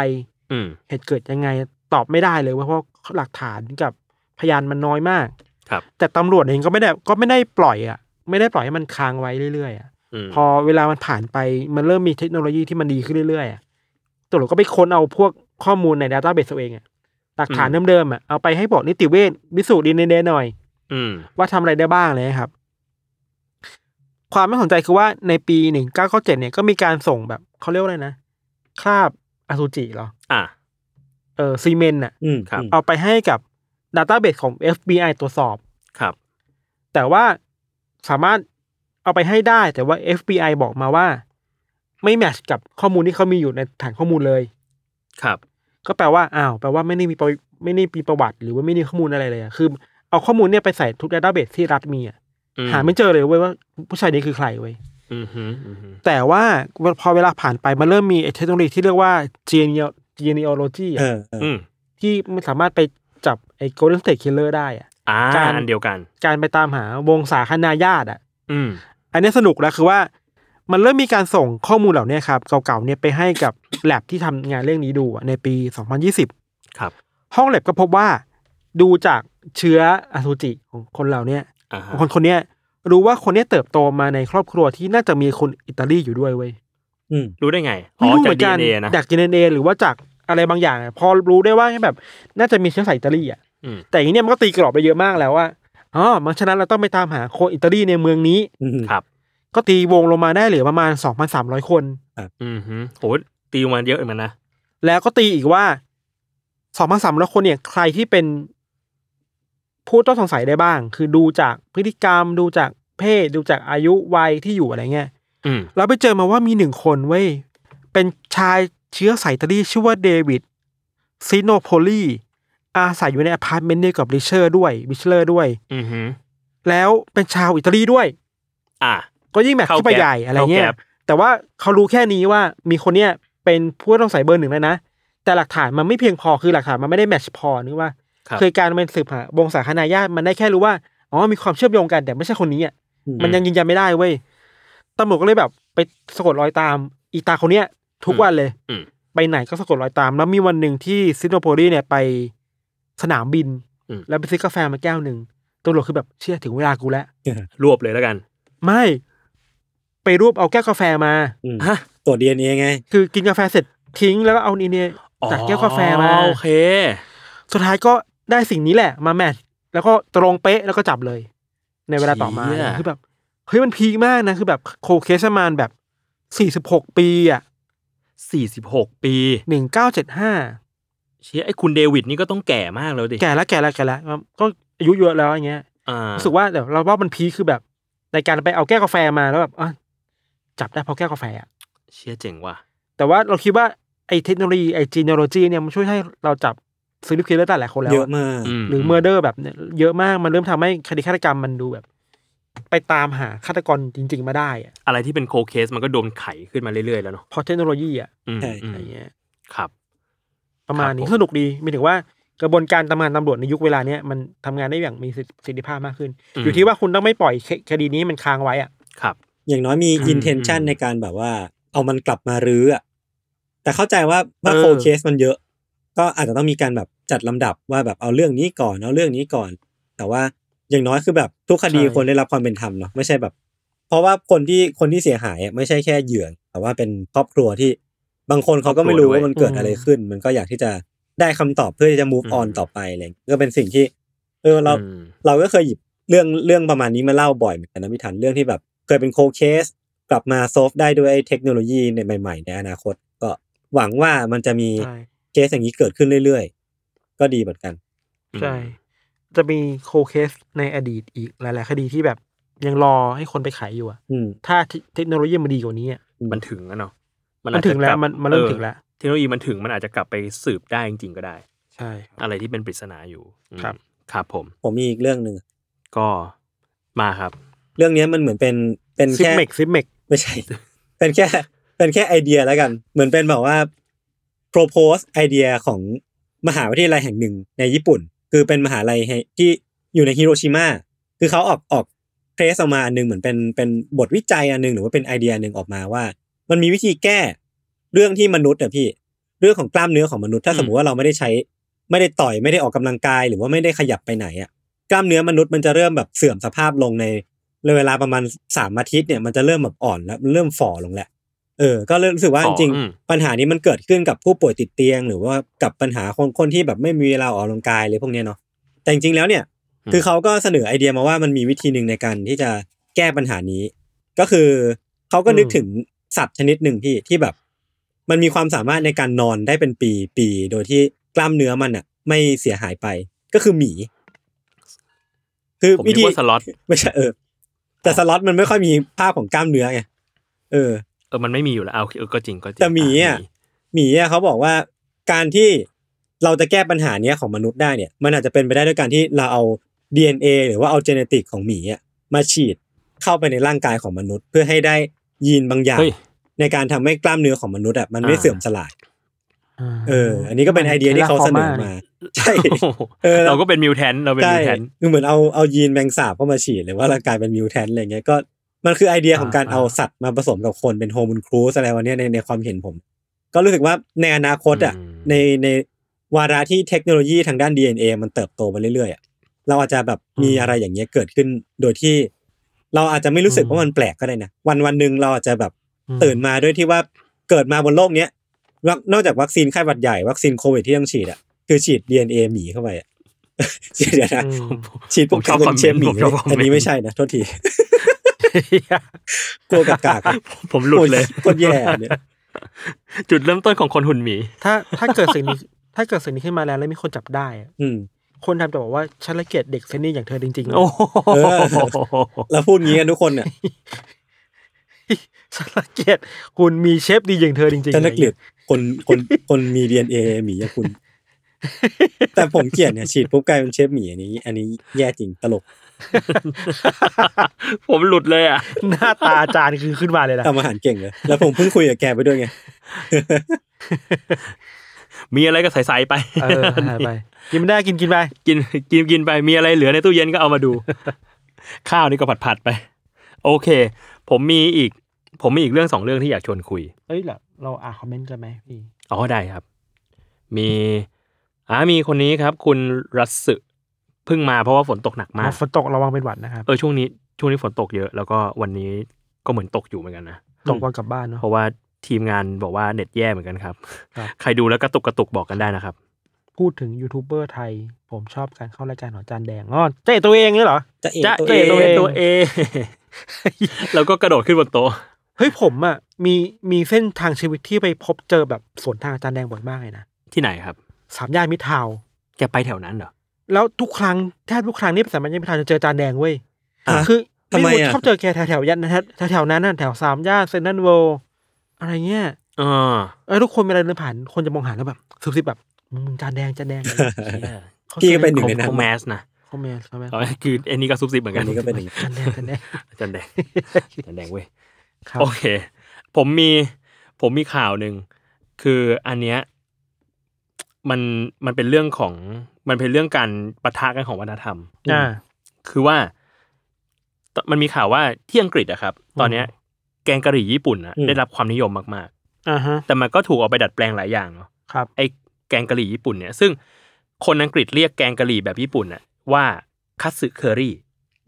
S4: อืม
S3: เหตุเกิดยังไงตอบไม่ได้เลยเว่าเพราะหลักฐานกับพยานมันน้อยมาก
S4: ครับ
S3: แต่ตำรวจเองก็ไม่ได้ก็ไม่ได้ปล่อยอ่ะ ไม่ได้ปล่อยให้มันค้างไว้เรื่อยๆอ่ะ
S4: อืม
S3: พอเวลามันผ่านไปมันเริ่มมีเทคโนโลยีที่มันดีขึ้นเรื่อยๆอะตำรวจก็ไปค้นเอาพวกข้อมูลในดัตต้าเบสตัวเองอะหลักฐานเดิมๆอะเอาไปให้บอกนิติเวชวิสูจน์ดีเนหน่อย
S4: อืม
S3: ว่าทำอะไรได้บ้างเลยครับ ความน่าสนใจคือว่าในปีหนึ่งเก้าเก้าเจ็ดเนี่ยก็มีการส่งแบบเขาเรียกว่าอะไรนะคราบอสุจิเหรอ
S4: อ่ะ
S3: เออซีเมนต์อะ
S2: อืม
S4: ครับ
S2: อืม
S3: เอาไปให้กับดัตต้าเบสของ FBI ตรวจสอบ
S4: ครับ
S3: แต่ว่าสามารถเอาไปให้ได้แต่ว่า FBI บอกมาว่า ไม่แมทช์กับข้อมูลที่เขามีอยู่ในฐานข้อมูลเลย
S4: ครับ
S3: ก็แปลว่าอ้าวแปลว่าไม่ได้มีประไม่ได้มีประวัติ หรือว่าไม่ได้ข้อมูลอะไรเลยอะคือ เอาข้อมูลเนี่ยไปใส่ทุกดัตต้าเบสที่รัฐมีอะ
S4: อื
S3: หาไม่เจอเลยเว้ยว่าผู้ชายนี้คือใครเว้ย
S4: อืมฮึอืมฮึ
S3: แต่ว่าพอเวลาผ่านไปมันเริ่มมีเทคโนโลยีที่เรียกว่า geneo- genealogy อะ
S2: เออเออ
S4: อืม
S3: ที่มันสามารถไปจับไอ้ golden state killer ได้อะ
S4: อ่า
S3: การ
S4: อันเดียวกัน
S3: การไปตามหาวงศาคณาญาติอะ
S4: อืม
S3: อันนี้สนุกแล้วคือว่า มันเริ่มมีการส่งข้อมูลเหล่านี้ครับ เก่าๆเนี่ยไปให้กับ แลบที่ทำงานเรื่องนี้ดูอะในปี 2020
S4: ครับ
S3: ห้องแลบก็พบว่า ดูจากเชื้ออสุจิของคนเหล่าเนี้ย
S4: อ่าฮะ
S3: คนคนเนี้ยรู้ว่าคนเนี้ยเติบโตมาในครอบครัวที่น่าจะมีคนอิตาลีอยู่ด้วยเว้ย
S2: อืม
S4: รู้ได้ไง อ๋
S3: ไม่
S4: อ
S3: รู้
S4: จา
S3: เห
S4: ก
S3: มืน
S4: ดี
S3: กัน
S4: เอ็นเอนะ
S3: จากจีเนเอหรือว่าจากอะไรบางอย่างอะพอรู้ได้ว่าแบบ น่าจะมีเชื้อสายอิตาลีอ่ะ
S4: อืม
S3: แต่อย่างเนี้ยมันก็ตีกรอบไปเยอะมากแล้วว่าอ๋อมันฉะนั้นเราต้องไปตามหาคนอิตาลีในเมืองนี้
S2: อืม
S4: ครับ
S3: ก็ตีวงลงมาได้เหลือประมาณ 2,300 คน
S4: อืมฮึโหตีมันเยอะเหมือนกันนะ
S3: แล้วก็ตีอีกว่า 2,300 คนเนี่ย ใครที่เป็นผู้ต้องสงสัยได้บ้าง คือดูจากพฤติกรรม ดูจากเพศ ดูจากอายุวัยที่อยู่อะไรเงี้ย
S4: อืม
S3: เราไปเจอมาว่ามีหนึ่งคนเว้ย เป็นชายเชื้อสายอิตาลีชื่อว่าเดวิดซิโนโพลีอาศัยอยู่ในอพาร์ตเมนต์เดียวกับริเชอร์ด้วยบิชเลอร์ด้วย
S4: อืมฮึ
S3: แล้วเป็นชาวอิตาลีด้วย
S4: อ่ะ
S3: ก็ยิ่งแมทช์เข้าไป
S4: เข้าแก๊ป
S3: ใหญ่อะไรเงี้ย
S4: เข้าแก๊ป
S3: แต่ว่าเขารู้แค่นี้ว่ามีคนเนี้ยเป็นผู้ต้องสงสัยเบอร์หนึ่งแล้วนะ แต่หลักฐานมันไม่เพียงพอคือหลักฐานมันไม่ได้แมทช์พอนึกว่า
S4: ครับ
S3: เคยการมันสืบหาวงศาคณาญาติมันได้แค่รู้ว่าอ๋อมีความเชื่อมโยงกันแต่ไม่ใช่คนนี้อ่ะ
S2: อืม
S3: มันยังยืนยันไม่ได้เว้ยตำรวจก็เลยแบบไปสะกดรอยตามอีตาคนเนี้ย ทุกวันเลย
S4: อืม
S3: ไปไหนก็สะกดรอยตาม แล้วมีวันหนึ่งที่ซิดโนโปลีเนี่ยไปสนามบิน
S4: อืม
S3: แล้วไปซื้อกาแฟมาแก้วหนึ่งตำรวจคือแบบเชื่อถึงเวลากูแล้ว
S4: รวบเลยแล้วกัน
S3: ไม่ ไปรวบเอาแก้วกาแฟมา
S2: อืม
S4: ฮะ
S2: ตรวจดีเอ็นเอไง
S3: คือกินกาแฟเสร็จทิ้งแล้วก็เอานีเนี่ยจากแก้วกาแฟมา
S4: อ๋อโอเค
S3: สุดท้ายก็ได้สิ่งนี้แหละมาแมทช์แล้วก็ตรงเป๊ะแล้วก็จับเลย ในเวลาต่อมา
S4: เชี่ย
S3: คือแบบเฮ้ยมันพีคมากนะ คือแบบโคเคสมานแบบสี่สิบหกปีอ่ะ
S4: สี่สิบหกปี
S3: หนึ่งเก้าเจ็ดห้า
S4: เชี่ยไอ้คุณเดวิดนี่ก็ต้องแก่มากแล้วดิ
S3: แก่แล้วแก่แล้วแก่แล้วก็อายุเยอะแล้วอย่างเงี้ย
S4: อ่า
S3: รู้สึกว่าเดี๋ยวเราว่ามันพีคคือแบบ ในการไปเอาแก้วกาแฟมาแล้วแบบอ่ะจับได้เพราะแก้วกาแฟอ่ะ
S4: เชี่ยเจ๋งว่ะ
S3: แต่ว่าเราคิดว่าไอ้เทคโนโลยีไอ้จีเนโลจีเนี่ยมันช่วยให้เราจับซีรีส์คิลเลอร์ได้หลายคนแล้ว
S2: เยอะ
S3: อะ
S2: มาก
S3: หรือเมอร์เดอร์แบบเนี่ยเยอะมากมันเริ่มทำให้คดีฆาตกรรมมันดูแบบ ไปตามหาฆาตกรจริง ๆ มาได้อะ
S4: อะไรที่เป็นโคเคสมันก็โดนไขขึ้นมาเรื่อยๆแล้วเนาะ
S3: เพราะเทคโนโลยีอะ
S4: อืมอื
S3: อะ
S4: ม
S3: ไรเงี้ย
S4: ครับ
S3: ประมาณนี้
S4: ครับผม
S3: สนุกดีหมายถึงว่ากระบวนการทำงานตำรวจในยุคเวลาเนี้ยมันทำงานได้อย่างมีประสิทธิภาพมากขึ้น อยู่ที่ว่าคุณต้องไม่ปล่อยเคคดีนี้มันค้างไว้อะ
S4: ครับ
S2: อย่างน้อยมี
S4: อืม
S2: อินเทนชัน
S4: อืม
S2: ในการแบบว่า เอามันกลับมารื้ออะแต่เข้าใจว่าว่าโคเคสมันเยอะ ก็อาจจะต้องมีการแบบจัดลำดับว่าแบบเอาเรื่องนี้ก่อนเอาเรื่องนี้ก่อน แต่ว่าอย่างน้อยคือแบบทุกคดีควรได้รับความเป็นธรรมเนาะไม่ใช่แบบ เพราะว่าคนที่คนที่เสียหายอะไม่ใช่แค่เหยื่อแต่ว่าเป็นครอบครัวที่บางคนเขาก็ไม่รู้ว่ามันเกิดอะไรขึ้น มันก็อยากที่จะได้คำตอบเพื่อที่จะ move on
S4: อืม
S2: ต่อไปอะไรอย่างเงี้ยก็เป็นสิ่งที่เออเรา
S4: อืม
S2: เราก็เคยหยิบเรื่องเรื่องประมาณนี้มาเล่าบ่อยเหมือนกันนะพี่ทันเรื่องที่แบบเคยเป็นโคเคส กลับมาโซฟได้ด้วยเทคโนโลยีในใหม่ ๆ ในอนาคต ก็หวังว่ามันจะมี
S3: ใช่
S2: เคสอย่างนี้เกิดขึ้นเรื่อยๆ ก็ดีเหมือนกัน
S3: ใช่ จะมีโคเคสในอดีตอีกหลาย ๆ คดีที่แบบยังรอให้คนไปไขอยู่อะ
S2: อืม
S3: ถ้าเทคโนโลยีมันดีกว่านี้อะ
S4: มันถึงแล้วเนาะ
S3: มันถึงแล้วมันมันเริ่มถึงแล้ว
S4: เทคโนโลยีมันถึงมันอาจจะกลับไปสืบได้จริงๆก็ได้
S3: ใช่
S4: อะไรที่เป็นปริศนาอยู่อืม
S3: ครับ
S4: ครับผม
S2: ผมมีอีกเรื่องหนึ่ง
S4: ก็มาครับ
S2: เรื่องเนี้ยมันเหมือนเป็นเป็น
S3: ซิป
S2: แค่
S3: เมกซิปเมก
S2: ไม่ใช่ เป็นแค่ เป็นแค่ไอเดียแล้วกัน เหมือนเป็นแบบว่า propose ไอเดียของมหาวิทยาลัยแห่งหนึ่งในญี่ปุ่น คือเป็นมหาลัยให้ที่อยู่ในฮิโรชิมา คือเขาออกออกเพรสออกมาอันหนึ่งเหมือนเป็นเป็นบทวิจัยอันหนึ่งหรือว่าเป็นไอเดียอันหนึ่งออกมาว่า มันมีวิธีแก้เรื่องที่มนุษย์อะพี่ เรื่องของกล้ามเนื้อของมนุษย์ถ้า
S3: อืม
S2: สมมติว่าเราไม่ได้ใช้ ไม่ได้ต่อยไม่ได้ออกกำลังกาย หรือว่าไม่ได้ขยับไปไหนอะกล้ามเนื้อมนุษย์มันจะเริ่มแบบเสื่อมสภาพลงใน เลยเวลาประมาณสามอาทิตย์เนี่ยมันจะเริ่มแบบอ่อนแล้วมันเริ่มฝ่อลงแหละเออ ก็เริ่มรู้สึกว่า
S4: ฝ่
S2: จ
S4: อ
S2: ริงๆ
S4: อืม
S2: ปัญหานี้มันเกิดขึ้นกับผู้ป่วยติดเตียง หรือว่ากับปัญหาคนคนที่แบบไม่มีเวลาออกกำลังกายเลยพวกเนี้ยเนาะแต่จริงๆแล้วเนี่ย คือเขาก็เสนอไอเดียมาว่ามันมีวิธีหนึ่งในการที่จะแก้ปัญหานี้ ก็คือเขาก็นึก
S3: อืม
S2: ถึงสัตว์ชนิดหนึ่งพี่ที่แบบ มันมีความสามารถในการนอนได้เป็นปีปีโดยที่กล้ามเนื้อมันอ่ะ ไม่เสียหายไปก็คือหมี คือ
S4: ผม
S2: วิ
S4: นึก
S2: ธี
S4: ว่าสล็อต
S2: ไม่ใช่เออ แต่สล็อตมันไม่ค่อยมีภาพของกล้ามเนื้อไงเออ
S4: เออมันไม่มีอยู่แล้วเอาโอเคเออก็จริงก็จริง
S2: แต่หมีอ่ะ
S4: หมี
S2: หมีอะเขาบอกว่าการที่เราจะแก้ปัญหาเนี้ยของมนุษย์ได้เนี่ย มันอาจจะเป็นไปได้ด้วยการที่เราเอา DNA หรือว่าเอาเจเนติกของหมีอะมาฉีดเข้าไปในร่างกายของมนุษย์ เพื่อให้ได้ยีนบางอย่าง
S4: เฮ้ย
S2: ในการทำให้กล้ามเนื้อของมนุษย์อะมันไม่
S4: อ่า
S2: เสื่อมสลายเออ อันนี้ก็เป็นไอเดียที่เขาเสนอมา ใช่
S4: โอ้โห
S2: เออ
S4: เราก็เป็นมิวแทนเราเป็นมิวแทน
S2: คือเหมือนเอาเอายีนแมงสาบเข้ามาฉีดหรือว่าร่างกายเป็นมิวแทนอะไรเงี้ยก็มันคือไอเดียของการ
S4: อ่า
S2: เอาสัตว์มาผสมกับคนเป็นโฮมูนครูสอะไรวันเนี้ยในในความเห็นผม ก็รู้สึกว่าในอนาคตอ่ะในในวาระที่เทคโนโลยีทางด้าน DNA มันเติบโตไปเรื่อยๆอ่ะเราอาจจะแบบมีอะไรอย่างเงี้ยเกิดขึ้นโดยที่ เราอาจจะไม่รู้สึกว่ามันแปลกก็ได้นะวันวันหนึ่งเราอาจจะแบบตื่นมาด้วยที่ว่าเกิดมาบนโลกเนี้ยวัคนอกจากวัคซีนไข้หวัดใหญ่วัคซีนโควิดที่ต้องฉีดอ่ะคือฉีด DNA หมีเข้าไปอ่ะ เดี๋ยวนะ ฉีดพวก
S4: ผมชอบ
S2: กลายเป็นเชมหมี
S4: ผมชอบคอมเมนต์
S2: อันนี้ไม่ใช่นะ โทษที กลัวกา กาก
S4: ผมหลุดเลย
S2: โคตรแย่เนี่ย
S4: จุดเริ่มต้นของคนหุ่นหมี
S3: ถ้าถ้าเกิดสิ่งนี้ถ้าเกิดสิ่งนี้ขึ้นมาแล้วแล้วมีคนจับได้อะ
S2: อืม
S3: คนทำจะบอกว่าฉันละเกียดเด็กเซนนี่อย่างเธอจริงๆนะ
S4: โอ้โห
S2: เออ แล้วพูดงี้กันทุกคนเนี่ย
S3: ฉันละเกียดคุณมีเชฟดีอย่างเธอจริงๆ
S2: จะนักเกลียดคนคนคนมีดีเอ็นเอหมีอย่างคุณ แต่ผมเกลียดเนี่ยฉีดปุ๊บกลายเป็นเชฟหมีอันนี้ อันนี้แย่จริงตลก
S4: ผมหลุดเลยอ่ะ
S3: หน้าตาอาจารย์คือขึ้นมาเลยนะ
S2: ทำอาหารเก่งเลย แล้วผมเพิ่งคุยกับแกไปด้วยไง
S4: มีอะไรก็ใส่ๆไป
S3: เออหายไปกินไม่ได้กินกินไป
S4: กิน กินกินไปมีอะไรเหลือในตู้เย็นก็เอามาดู ข้าวนี่ก็ผัดผัดๆไป โอเค ผมมีอีก ผมมีอีกเรื่องสองเรื่องที่อยากชวนคุย
S3: เอ้ยเหรอเราอ่านคอมเมนต์กันไหมพี่
S4: อ๋อได้ครับ มีอ่ามีคนนี้ครับ คุณรัสสึเพิ่งมาเพราะว่าฝนตกหนักมาก
S3: ฝนตกระวังเป็นหวัดนะครับ
S4: เออช่วงนี้ช่วงนี้ฝนตกเยอะ แล้วก็วันนี้ก็เหมือนตกอยู่เหมือนกันนะ
S3: ตกวันกลับบ้านเนาะ
S4: เพราะว่าทีมงานบอกว่าเน็ตแย่เหมือนกันครับ
S3: ครับ
S4: ใครดูแล้วกระตุกกระตุกบอกกันได้นะครับ
S3: พูดถึงยูทูบเบอร์ไทย ผมชอบการเข้ารายการของอาจารย์แดงอ๋อเจ๊ตัวเองเนี่ยเหรอ
S2: จะเอ
S4: จะ
S2: ตัวเอง
S4: เอตัวเอตัวเอ แล้วก็กระโดดขึ้นบนโต๊ะ
S3: เฮ้ยผมอ่ะมีมีเส้นทางชีวิตที่ไปพบเจอแบบสวนทางอาจารย์แดงบ่อยมากเลยนะ
S4: ที่ไหนครับ
S3: สามย่านมิตรทาวน์
S4: แกไปแถวนั้นเหรอ
S3: แล้วทุกครั้งแทบทุกครั้งที่ไปสามย่านมิตรทาวน์จะเจออาจารย์แดงเว้ย
S2: อ่ะ
S3: คือ
S2: ทำไม
S3: รู้
S2: อ่ะ
S3: ชอบเจอแกแถวแถวย่านแถวแถวนั้นน่ะแถวสามย่านเซนทรัลเวิลด์อะไรเงี้ย
S4: เออ
S3: เออทุกคนเวลาเดินผ่านคนจะมองหาแล้วแบบสุบสิบแบบมึงมึงจานแดงจานแดงอะไรเงี้ย
S2: พี่ก็เป็นหนึ่งในนั้น
S4: เขาแมสนะ
S3: คอมเมนต์คอมเมนต์
S4: เอาคืออันนี้ก็ซุบซิบเหมือนกั
S2: อั
S4: น
S2: นนี้ก็เป็นอย่างนี้
S3: จานแดงจานแด ง
S4: อาจารย์แดงอาจารย์แดงเว้ย
S3: ครับ
S4: โอเค ผมมี ผมมีข่าวหนึ่ง คืออันเนี้ยมันมันเป็นเรื่องของมันเป็นเรื่องการปะทะกันของวัฒนธรรม
S3: อ่า
S4: คือว่าตมันมีข่าวว่าที่อังกฤษอะครับ ตอนเนี้ย แกงกะหรี่ญี่ปุ่นอะได้รับความนิยมมาก
S3: อ่าฮะ
S4: ๆ แต่มันก็ถูกเอาไปดัดแปลงหลายอย่างเนาะ
S3: ครับ
S4: ไอ้แกงกะหรี่ญี่ปุ่นเนี่ย ซึ่งคนอังกฤษเรียกแกงกะหรี่แบบญี่ปุ่นน่ะว่าคัตสึเคอรี่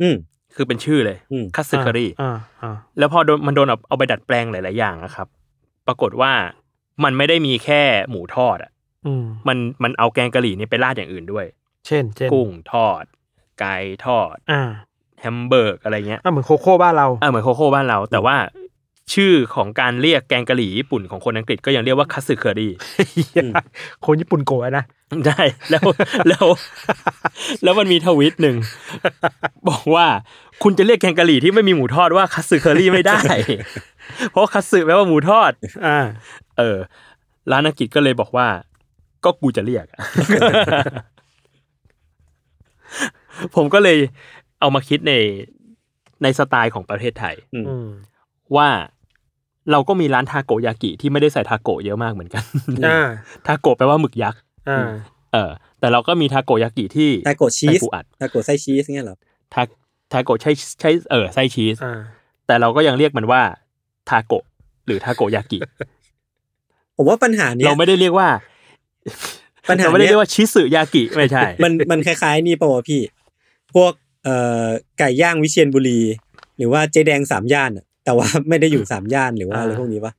S2: อืม
S4: คือเป็นชื่อเลย
S2: อืม
S4: คัตสึเคอรี่
S3: อ่าอ่า
S4: แล้วพอโดนมันโดนเอาเอาไปดัดแปลงหลาย ๆ อย่างนะครับ ปรากฏว่ามันไม่ได้มีแค่หมูทอดอ่ะ
S3: อืม
S4: มันมันเอาแกงกะหรี่นี่ไปราดอย่างอื่นด้วย
S3: เช่นเช่น
S4: กุ้งทอด ไก่ทอด
S3: อ่า
S4: แฮมเบอร์เกอร์อะไรเงี้ย
S3: อ่าเหมือนโคโค่บ้านเรา
S4: เออเหมือนโคโค่บ้านเรา แต่ว่าชื่อของการเรียกแกงกะหรี่ญี่ปุ่นของคนอังกฤษก็ยังเรียกว่าคัตสึเคอรี่
S3: คนญี่ปุ่นโกรธนะ
S4: ได้ แล้วแล้ว แล้วมันมีทวิตหนึ่ง บอกว่าคุณจะเรียกแกงกะหรี่ที่ไม่มีหมูทอดว่าคัตสึเคอรี่ไม่ได้ เพราะคัตสึแปลว่าหมูทอด
S3: อ่า
S4: เออ ร้านอังกฤษก็เลยบอกว่า ก็กูจะเรียก ผมก็เลย เอามาคิดในในสไตล์ของประเทศไทย
S3: อืม
S4: ว่าเราก็มีร้านทาโกยากิที่ไม่ได้ใส่ทาโกะเยอะมากเหมือนกัน
S3: อ่า
S4: ทาโกะแปลว่าหมึกยักษ์
S3: อ่า
S4: เออ แต่เราก็มีทาโกยากิที่
S2: ทาโกะชีส
S4: ใส่ปูอัด
S2: ทาโกะไส้ชีสเงี้ยเหรอ
S4: ทาทาโกะใช้ใช้เออไส้ชีส
S3: อ่า
S4: แต่เราก็ยังเรียกมันว่าทาโกะหรือทาโกยากิ
S2: ผมว่าปัญหาเนี้ย
S4: เราไม่ได้เรียกว่า
S2: ปัญหาเนี้ย
S4: เราไม่ได้เรียกว่าชิสึยากิไม่ใช่
S2: มันมันคล้ายๆนี่ป่าวะพี่ พวกเอ่อไก่ย่างวิเชียรบุรี หรือว่าเจแดงสามย่านอะแต่ว่าไม่ได้อยู่สามย่านหรือว่า
S3: อ่า
S2: อะไรพวกนี้ปะ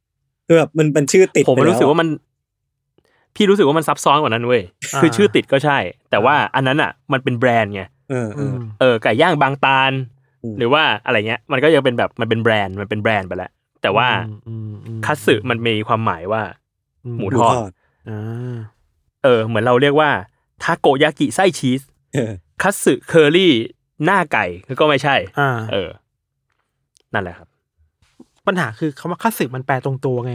S2: คือแบบมันเป็นชื่อติด
S4: ผม
S2: ไปแล้ว
S4: รู้สึกว่ามัน พี่รู้สึกว่ามันซับซ้อนกว่านั้นเว้ย
S3: อ่า
S4: คือชื่อติดก็ใช่ แต่ว่าอันนั้นอ่ะ มันเป็นแบรนด์ไง
S2: เออเอ
S3: อื
S2: อ
S3: ม
S4: เออไก่ย่างบางตาล
S2: อืม
S4: หรือว่าอะไรเงี้ย มันก็ยังเป็นแบบมันเป็นแบรนด์มันเป็นแบรนด์ไปแล้วแต่ว่า
S3: อืมอืม
S4: คัตสึมันมีความหมายว่า
S3: อื
S4: หมู
S2: หมูท
S4: ทอด
S2: อด
S3: อ่า
S4: เออ เหมือนเราเรียกว่าทาโกยากิไส้ชีส
S2: เออ
S4: คัตสึเคอรี่หน้าไก่ก็ไม่ใช่
S3: อ่า
S4: เออ นั่นแหละครับ
S3: ปัญหาคือคำว่าคัตสึมันแปลตรงตัวไง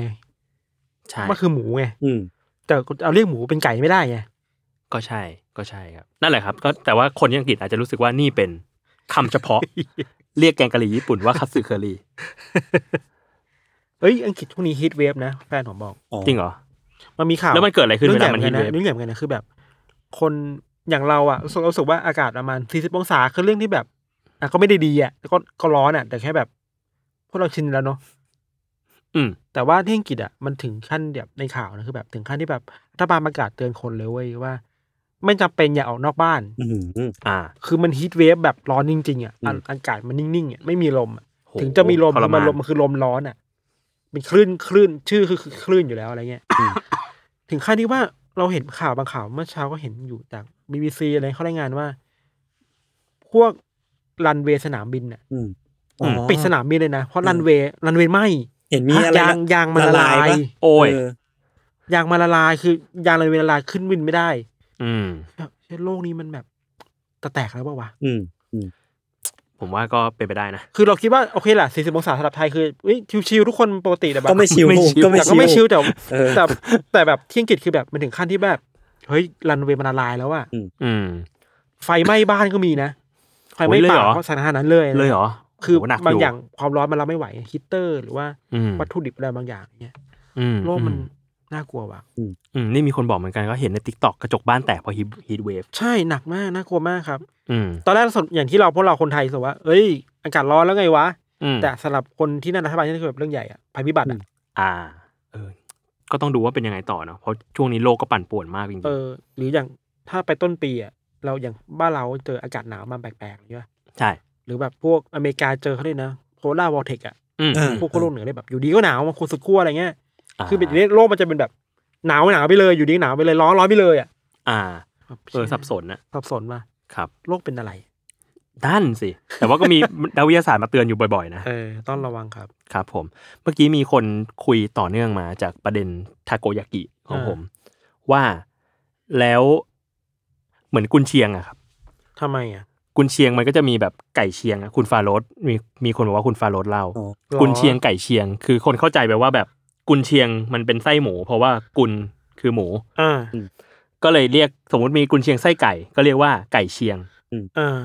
S4: ใช่
S3: มันคือหมูไง
S2: อืม
S3: แต่เอาเรียกหมูเป็นไก่ไม่ได้ไง
S4: ก็ใช่ ก็ใช่ครับ นั่นแหละครับ ก็แต่ว่าคนที่อังกฤษอาจจะรู้สึกว่านี่เป็นคำเฉพาะ เรียกแกงกะหรี่ญี่ปุ่นว่าคัตสึเคอรี่
S3: เอ้ยอังกฤษช่วงนี้ฮิตเวฟนะแฟนผมบอก
S2: อ๋อ
S4: จริงเหรอ
S3: มันมีข่าว
S4: แล้วมันเกิดอะไรขึ้น
S3: เรื่อง
S4: เว
S3: ใหญ่
S4: ลา
S3: เหมือน น
S4: มั
S3: กันนะ
S4: ฮีทเวฟ
S3: เรื่องใหญ่เหมือนกันนะคือแบบ คนอย่างเราอ่ะรู้สึกรู้สึกว่าอากาศประมาณ 40 องศาคือเรื่องที่แบบอ่ะก็ไม่ได้ดีอ่ะก็ก็ร้อนอ่ะ แต่แค่แบบ พวกเราชินแล้วเนาะ
S4: อืม
S3: แต่ว่าที่อังกฤษอ่ะมันถึงขั้นแบบในข่าวนะคือแบบถึงขั้นที่แบบรัฐบาลประกาศเตือนคนเลยเว้ยว่า ไม่จำเป็นอย่าออกนอกบ้าน
S2: อืม
S4: อ่า
S3: คือมันฮีทเวฟแบบร้อนจริงๆอ่ะ
S2: อืม
S3: อากาศมันนิ่งๆอ่ะไม่มีลมอะ
S4: โห
S3: ถึงจะมีลม
S4: ทร
S3: มันลมมันคือลมร้อนอ่ะเป็นคลื่นคลื่นชื่อคือคือคลื่นอยู่แล้วอะไรเงี้ยถึงขั้นที่ว่าเราเห็นข่าวบางข่าวเมื่อเช้าก็เห็นอยู่จากบีบีซีอะไรเขารายงานว่า พวกรันเวย์สนามบินอ่ะ
S2: อืมอ๋อ
S3: ปิดสนามบินเลยนะเพราะ
S2: อืม
S3: รันเวย์รันเวย์ไหม
S2: เห็นมีอะไร
S3: ยางยางมันละลาย
S2: ปะ
S4: โอ้ย
S2: เออย
S3: างมันละลายคือยางรันเวย์ละลายขึ้นวินไม่ได้
S4: อืม
S3: แบบเฮ้ยโลกนี้มันแบบจะแตกแล้วเปล่าวะ
S2: อืม
S4: ผมว่าก็เป็นไปได้นะ
S3: คือเราคิดว่าโอเคแหละ 40 องศาสำหรับไทยคือเอ้ยชิวๆทุกคนปกติแต่แบบ
S2: ก็ไม่ชิล
S4: ไม่ชิล
S2: ก็ไม่
S3: แต่
S2: ชิ
S3: ก็
S2: ล
S3: ไม่ชิวแต่
S2: เออ
S3: แต่แต่แบบที่อังกฤษคือแบบมันถึงขั้นที่แบบ เฮ้ยรันเวย์มันละลายแล้วอะ
S4: อืม
S3: ไฟไหม้บ้านก็มีนะ ไฟไหม้
S4: โอ้ยเลย
S3: ป่า
S4: เหรอ
S3: เพราะสถานการณ์นั้นเลยนะ
S4: เลยเหรอ
S3: คือ
S4: โหหนัก
S3: บางอย่างความร้อนมันรับไม่ไหวฮีตเตอร์ หรือว่า
S4: อืม
S3: วัตถุดิบอะไรบางอย่างเนี่ย
S4: อืม
S3: โลกมัน
S4: อื
S3: น่ากลัวว่ะ
S4: อืมนี่มีคนบอกเหมือนกันก็เห็นในทิกตอกกระจกบ้านแตกเพราะฮีทเวฟ
S3: ใช่หนักมากน่ากลัวมากครับ
S4: อืม
S3: ตอนแรกส่วนอย่างที่เราพวกเราคนไทยสกว่าเอ้ยอากาศร้อนแล้วไงวะ
S4: อืม
S3: แต่สำหรับคนที่นั่นรัฐบาลนี่คือแบบเรื่องใหญ่อะภัยพิบัติอะ
S4: อ่า เออ ก็ต้องดูว่าเป็นยังไงต่อเนาะเพราะช่วงนี้โลกก็ปั่นป่วนมากจริง
S3: เออหรืออย่างถ้าไปต้นปีอ่ะเราอย่างบ้านเราเจออากาศหนาวมาแปลกๆใช่ปะ
S4: ๆใช่
S3: หรือแบบพวกอเมริกาเจอเขาเลยนะโคลาวอลเทคอ่ะ
S4: อืม
S2: อ่า
S3: พวกขั้วโลกเหนือเลยแบบอยู่ดีก็หนาวมาคนสุดขั้วอะไรเงี้ย
S4: า
S3: คือเป็นอย่างนี้โลกมันจะเป็นแบบหนาวหนาวไปเลยอยู่ดีหนาวไปเลยร้อนร้อนไปเลยอ่ะ
S4: อ่า
S3: แบบ
S4: เออสับสนนะ
S3: สับสนมา
S4: ครับ
S3: โลกเป็นอะไร
S4: ด้านสิ แต่ว่าก็มี นักวิทยาศาสตร์มาเตือนอยู่บ่อยๆนะ
S3: เออต้องระวังครับ
S4: ครับผม เมื่อกี้มีคนคุยต่อเนื่องมาจากประเด็นทาโกยากิของ
S3: อ่า
S4: ผม ว่าแล้วเหมือนกุนเชียงอะครับ
S3: ทำไมอ่ะ
S4: กุนเชียงมันก็จะมีแบบไก่เชียงอะคุณฟาโรสมีมีคนบอกว่าคุณฟาโรสเล่า
S2: อ๋อ
S3: หรอ
S4: กุนเชียงไก่เชียง คือคนเข้าใจไปว่าแบบกุนเชียงมันเป็นไส้หมู เพราะว่ากุนคือหมู
S3: อ่า
S4: ก็เลยเรียกสมมติมีกุนเชียงไส้ไก่ ก็เรียกว่าไก่เชียง
S3: อ่า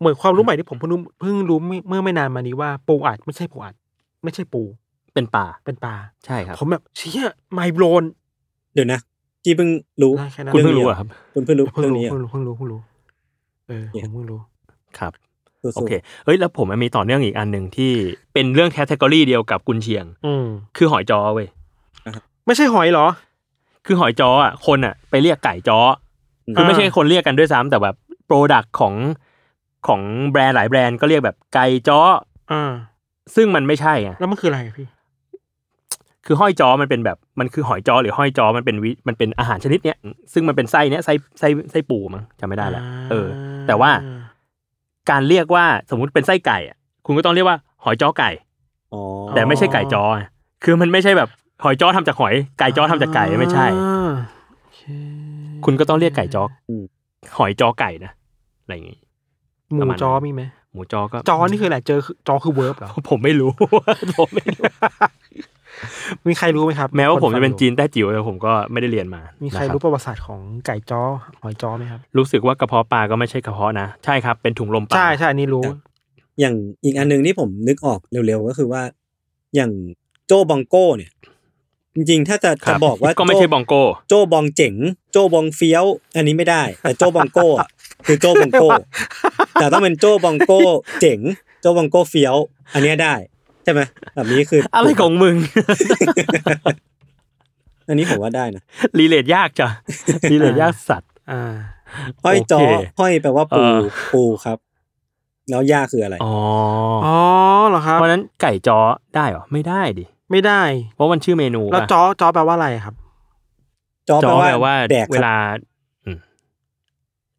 S3: เหมือนความรู้ใหม่ที่ผมเพิ่งรู้เพิ่งรู้เมื่อเมื่อไม่นานมานี้ว่าปูอัดไม่ใช่ปูอัด ไม่ใช่ปู
S4: เป็นป่า
S3: เป็นปลา
S4: ใช่ครับ
S3: ผมแบบเชี่ยไมโบรน
S2: เดี๋ยวนะพี่เพิ่งรู้
S3: ได้แค่นั้น
S4: คุณเพิ่ง
S2: นี้
S4: รู้อะครับ
S2: คุณเพิ่งรู้
S3: เพิ่ง
S2: เรื่อง
S3: รู้
S2: นี้
S3: เพิ่งรู้เพิ่งรู้เพิ่งรู้เออผมเพิ่งรู้
S4: ครับ
S2: สู้ๆ
S4: โอเค เฮ้ย แล้วผมมีต่อเนื่องอีกอันหนึ่งที่เป็นเรื่องแคตตากรีเดียวกับกุนเชียง
S3: อืม
S4: คือหอยจ้อเว้ย
S3: ไม่ใช่หอยเหรอ
S4: คือหอยจ้ออ่ะ คนอ่ะ ไปเรียกไก่จ้ออคือไม่ใช่คนเรียกกันด้วยซ้ำแต่แบบโปรดักของของแบรนด์หลายแบรนด์ก็เรียกแบบไก่จ้อ
S3: อ่า
S4: ซึ่งมันไม่ใช่ไง
S3: แล้วมันคืออะไรอะพี่
S4: คือห้อยจ้อมันเป็นแบบ มันคือหอยจ้อหรือห้อยจ้อมันเป็นวิ มันเป็นอาหารชนิดเนี้ย ซึ่งมันเป็นไส้เนี้ยไส้ไส้ไส้ปูมั้งจำไม่ได้ละ เออ แต่ว่าการเรียกว่าสมมุติเป็นไส้ไก่อ่ะ คุณก็ต้องเรียกว่าหอยจ้อไก่
S2: อ๋อ
S4: แต่ไม่ใช่ไก่จ้อไงคือมันไม่ใช่แบบหอยจ้อทำจากหอย ไก่จ้อทำจากไก่ไม่ใช่
S3: อ่าโอเค
S4: คุณก็ต้องเรียกไก่จ้ออ
S2: ม
S4: หอยจ้อไก่นะ อะไรอย่างงี้
S3: หมู
S4: ประมาณนั้น
S3: จอมีไหม
S4: หมูจ้อก็
S3: จอนี่คืออะไรเจอคือจอคือเวิร์บเหรอ
S4: ผมไม่รู้ ผมไม่รู้
S3: มีใครรู้ไหมครับ
S4: แม้ว่าผมจะเป็
S3: ค
S4: น
S3: ฟังอยู่
S4: จีนแต้จิ๋วแต่ผมก็ไม่ได้เรียนมา
S3: มี
S4: มี
S3: ใครรู้ประวัติศาสตร์ของไก่จ้อหอยจ้อไหมครับ
S4: รู้สึกว่ากระเพาะปลาก็ไม่ใช่กระเพาะนะ ใช่ครับ เป็นถุงลมปลา
S3: ใช่ใช่อันนี้รู้
S2: อย่างอีกอันหนึ่งที่ผมนึกออกเร็วๆก็คือว่า อย่างโจบองโก้เนี่ย จริงๆ ถ้าจะ
S4: ค
S2: จะ
S4: รับ
S2: บอกว่า
S4: ก็ไม่ใช่บองโก
S2: โจบองเจ๋ง โจบองเฟี้ยว อันนี้ไม่ได้ แต่โจบองโก้อะคือโจบองโก้ แต่ต้องเป็นโจบองโก้เจ๋ง โจบองโก้เฟี้ยว อันเนี้ยได้ใช่ไหมแบบนี้คืออ
S4: อะไรของมึง
S2: อันนี้ผมว่าได้นะ
S4: รีเลทยากจ้ะรีเลทยากสัตว์
S3: อ่า
S2: ห้อยจอ
S4: โอเค
S2: ห้อยแปลว่าปู
S4: เออ
S2: ปูครับ แล้วย่าคืออะไร
S4: อ๋อ
S3: อ๋อเหรอครับ
S4: เพราะฉะนั้นไก่จ้อได้เหรอไม่ได้ดิ
S3: ไม่ได้
S4: เพราะมันชื่อเมนู
S3: แล้ว
S4: ปะ
S3: จ้อจ้อแปลว่าอะไรครับ
S2: จอ
S4: จ้อแปลว่า
S2: แดก
S4: เว
S2: ครับ
S4: ลาอืม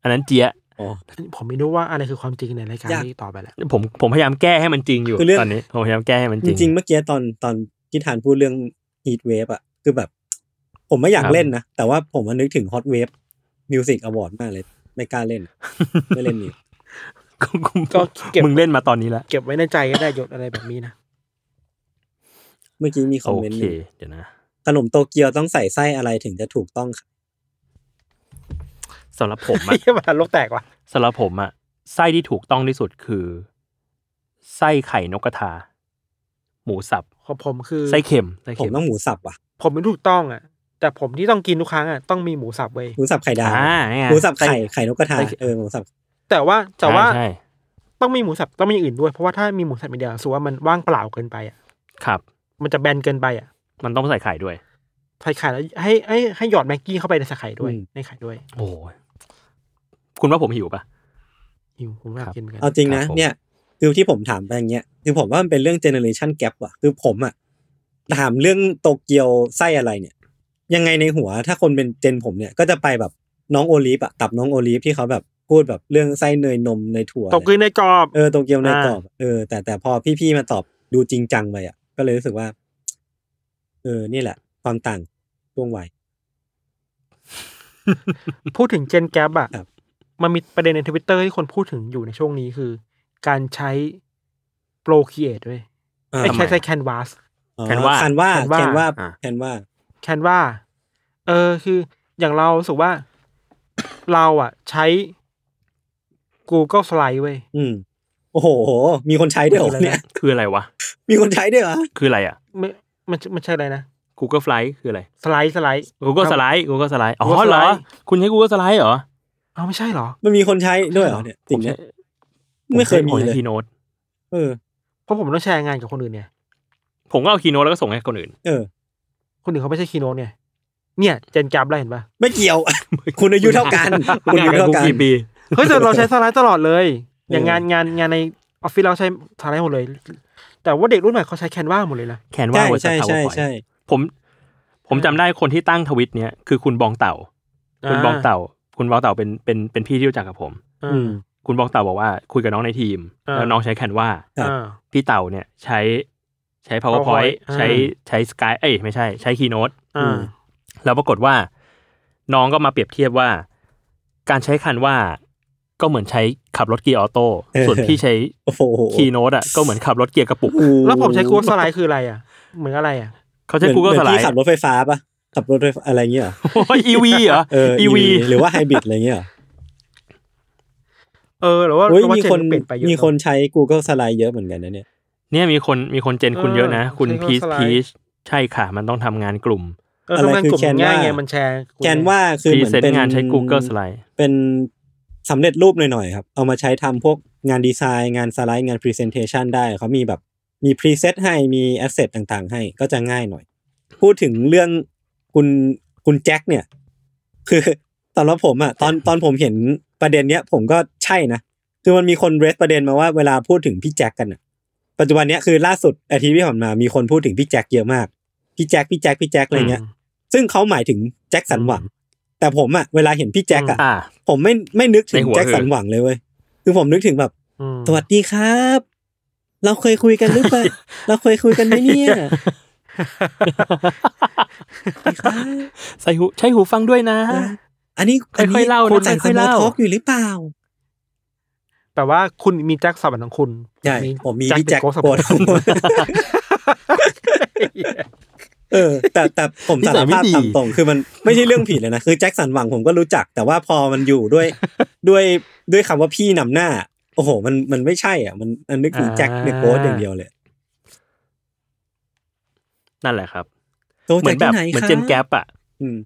S4: อันนั้นเจี๊ยะ
S2: อ๋อ
S3: ผมไม่รู้ว่าอะไรคือความจริงในรายการ
S2: ยาก
S3: นี้ต่อไปแล้ว
S4: ผมผมพยายามแก้ให้มันจริงอยู่
S2: คือเรื่อง
S4: ตอนนี้ผมพยายามแก้ให้มันจ
S2: จ
S4: ริง
S2: ริงๆ เมื่อกี้ตอนตอนที่ทานพูดเรื่อง heat wave อะคือแบบ ผมไม่อยาก
S4: ครับ
S2: เล่นนะ แต่ว่าผมมันนึกถึง hot wave music award มากเลย ไม่กล้าเล่น ไม่เล่น นี่
S4: ก็ก็มึงเล่นมาตอนนี้แล้ว
S3: เก็บไว้ในใจก็ได้หยศอะไรแบบนี้นะ
S2: เมื่อกี้มีคอ
S4: โอ
S2: มเมนต์
S4: เค
S2: หนึ่ง
S4: เดี๋ยวนะ
S2: ขนมโตเกียวต้องใส่ไส้อะไรถึงจะถูกต้องครับ
S4: สำหรับ ผมอะ
S3: เหี้ยมันโลกแตกว่ะ
S4: สำหรับผมอะไส้ที่ถูกต้องที่สุดคือ ไส้ไข่นกกระทา หมูสับ
S3: ของผมคือ
S4: ไส้เค็มไส้
S2: ผม
S4: เค็ม
S2: ต้องหมูสับว่ะ
S3: ผมไม่ถูกต้องอ่ะ แต่ผมที่ต้องกินทุกครั้งอ่ะต้องมีหมูสับเว้ย
S2: หมูสับไข่ดาว
S4: อ่านี่ไง
S2: หมูสับไข่
S4: ส้
S2: ไข่นกกระทา
S4: ไส้เค็ม
S2: เออหมูสับ
S3: แต่ว่าแต่
S4: ใช่
S3: ว่า
S4: ใช่
S3: ต้องมีหมูสับต้องมีอย่างอื่นด้วย เพราะว่าถ้ามีหมูสับมีเดียวรู้สูว่ามันว่างเปล่าเกินไปอ่ะ
S4: ครับ
S3: มันจะแบนเกินไปอ่ะ
S4: มันต้องใส่ไข่ด้วย
S3: ใส่ไข่แล้วให้ให้ให้หยอดแม็กกี้เข้าไปในใส่ไข่ด้วยในไข่ด้วย
S4: โอ้ยคุณว่าผมหิวปะ
S3: หิวผมอยาก
S4: ครับ
S3: กินเหมือนกัน
S2: เอาจริง
S4: ค
S2: นะ
S4: รับผม
S2: เนี่ยคือที่ผมถามไปอย่างเงี้ยคือผมว่ามันเป็นเรื่อง generation gap ว่ะคือผมอะถามเรื่องโตเกียวไส้อะไรเนี่ย ยังไงในหัวถ้าคนเป็นเจนผมเนี่ยก็จะไปแบบน้องโอลิฟอะตับน้องโอลิฟที่เขาแบบพูดแบบเรื่องไส้เนยนมเนยถั่ว
S3: ตกกลืนในกรอบ
S2: เออโตเกียวเนย
S3: อ่า
S2: กรอบเออแต่แต่พอพี่ๆมาตอบดูจริงจังไปอะก็เลยรู้สึกว่า เออนี่แหละ ความต่างช่วงวัย
S3: พูดถึงเจนแกปอ่ะ
S2: ครับ
S3: มันมีประเด็นในทวิตเตอร์ที่คนพูดถึงอยู่ในช่วงนี้คือ การใช้ Procreate ด้วย
S2: อ่า
S3: ไอ้
S4: ทำม
S3: ใช้ใช้ Canvas
S2: อ๋อ
S4: แคนวา
S2: แคนว่า
S3: แค
S2: แคน น
S3: วา
S2: ว่า
S4: อ่า
S2: แคนว่า
S3: แคนว่าเออคืออย่างเรารู้สึกว่า เราอ่ะ ใช้ Google Slide เว้ย
S2: อืม โอ้โห มีคนใช้ด้วยเหรอเนี่ย
S4: คืออะไรวะ
S2: มีคนใช้ด้วยเหรอ
S4: คืออะไรอ่ะ
S3: ไม่มันมันใช่อะไรนะ
S4: Google Flight คืออะไร
S3: สไลด์สไลด์
S4: Google Slide Google Slide อ๋
S3: Google
S4: อเหรอ
S3: Slide
S4: คุณใช้ Google Slide เหรอ
S3: เอาไม่ใช่เหรอ
S2: มันมีคนใช้ด้วยเหรอเนี่ยสิ่งเนี้ยไม่เคยมีเลย
S4: คีโนต
S2: เออ
S3: เพราะผมต้องแชร์งานกับคนอื่นเนี่ย
S4: ผมก็เอาคีโนตแล้วก็ส่งให้คนอื่น
S2: เออ
S3: คนอื่นเขาไม่ใช่คีโนเนี่ย เนี่ยเจนกับแล้วเห็นปะ
S2: ไม่เกี่ยว คุณอายุเท่า กัน คุณ
S4: งา
S2: อายุ
S4: นกับ
S2: เท่า
S4: กู
S2: กัน
S4: กี่ปี
S3: เฮ้ยแต่เราใช้สไลด์ตลอดเลย
S2: ออ
S3: อ
S2: อ
S3: ย่างงานงานงานในออฟฟิศเราใช้สไลด์หมดเลย แต่ว่าเด็กรุ่นใหม่เขาใช้แคนวาหมดเลยนะ
S4: แคนว่า
S2: ใช่
S4: เวอร์
S2: ใช่
S4: ชันพาวเวอ
S2: ใช่
S4: ร์
S2: ใช่
S4: พอยผมผมจำได้คนที่ตั้งทวิตเนี้ยคือคุณบองเต่า คุณบองเต่า คุณบองเต่าเป็นเป็นเป็นพี่ที่รู้จักกับผม
S3: อ่า
S2: อืม
S4: คุณบองเต่าบอกว่าคุยกับน้องในทีม
S3: อ่า
S4: แล้วน้องใช้แคนวา
S2: ครับ
S3: อ่า
S4: พี่เต่าเนี่ยใช้ใช้
S3: PowerPoint
S4: powerpoint
S3: อ่า
S4: ใช้ใช้สกายเอ้ยไม่ใช่ ใช้ keynote
S3: อ่า
S4: แล้วปรากฏว่า น้องก็มาเปรียบเทียบว่า การใช้คันว่าก็เหมือนใช้ขับรถเกียร์ออ โต้
S2: เออ
S4: ส่วนพี่ใช้
S2: โอ้โห
S4: คีย์โนตอ่ะก็เหมือนขับรถเกียร์กระปุก
S2: โอ้โห
S3: แล้วผมใช้กูสไลด์คืออะไรอ่ะ เหมือนอะไรอ่ะ
S4: เขา
S2: เหมื
S4: ใช้
S2: อน
S4: Google
S2: เหมือนที่
S4: Slide
S2: ขับรถไฟฟ้าปะขับรถไฟฟ้าอะไรเงี้ยเหรอ
S4: โอ้ย EV เหรอ
S2: เออ
S4: EV
S2: หรือว่าไฮบริดอะไรเงี้ยเหรอ
S3: เออหรือว่า
S2: เฮ้ย
S3: หรือว่า
S2: มี
S3: เจ
S2: คน
S3: เปลี่ยนไปเยอะ
S2: มีคน
S3: เอะ
S2: ใช้ Google Slide เยอะเหมือนกันนะเนี่ย
S4: เนี่ยมีคนมีคนเจนคุณ
S3: เออ
S4: เยอะนะ คุณ
S3: ใช้
S4: พี
S3: Google
S4: ช
S3: Slide
S4: พีชใช่ค่ะ มันต้องทำงานกลุ่ม
S3: เออทำงานกลุ่ม
S2: อะไรคือ Canva
S3: ง่ายไงมันแชร์ลุ่ม
S2: แกนว่าคือเหมือนเป็น
S4: Present งานใช้ Google Slide
S2: เป็นสำเร็จรูปหน่อยๆครับ เอามาใช้ทำพวกงานดีไซน์ งานสไลด์งานพรีเซนเทชันได้เขามีแบบมีพรีเซตให้มีแอสเซทต่างๆ ให้ก็จะง่ายหน่อย พูดถึงเรื่องคุณคุณแจ็คเนี่ย คือตอนรับผมอะตอนตอนผมเห็นประเด็นเนี้ย ผมก็ใช่นะ คือมันมีคนเรสประเด็นมาว่าเวลาพูดถึงพี่แจ็คกันอะปัจจุบันเนี้ยคือล่าสุดอาทิตย์ที่ผ่านมามีคนพูดถึงพี่แจ็คเยอะมากพี่แจ็คพี่แจ็คพี่แจ็คอะไรเงี้ย ซึ่งเขาหมายถึงแจ็คสันหวัง แต่ผมอะเวลาเห็นพี่แจ็คอะ
S4: อ่า
S2: ผมไม่ไม่นึกถึง
S4: ในหัว
S2: แจ็คสันหวังเลยเว้ยคือผมนึกถึงแบบ
S3: อืม
S2: สวัสดีครับ เราเคยคุยกันหรือเป ล่า เราเคยคุยกันไหมเนี่ยสวัสดีครับ
S4: ใส่หูใช้หูฟังด้วยนะ
S2: เอออันนี้อัน
S4: ค่อ
S2: นี้
S4: ยๆเล่านะ
S2: คุณใส่
S4: ค่อย
S2: สมา
S4: ๆเล่า
S2: ร์ทท็อกอยู่หรือเปล่า
S3: แต่ว่าคุณมีแจ็คสับของคุณ
S2: ใช่ผมมีพี่แจ็ค
S3: โกสับ
S2: ปวดหัว เออแต่แต่ผมสารภาพ
S4: นิสัยไม่ดี
S2: ตามตรงคือมันไม่ใช่เรื่องผิดเลยนะ คือแจ็คสันหวังผมก็รู้จัก แต่ว่าพอมันอยู่ด้วยด้วยด้วยคำว่าพี่นำหน้า โอ้โห มันมันไม่ใช่อ่ะ มันมันนึกถึงแจ็คในโค้ดอย่างเดียวเลย
S4: นั่นแหละครับ
S2: โต
S4: เหมื
S2: จา
S4: อก นแบ
S2: ที่
S4: บ
S2: ไหน
S4: เหมือน
S2: คะ
S4: เจนแกปอะ
S2: อืม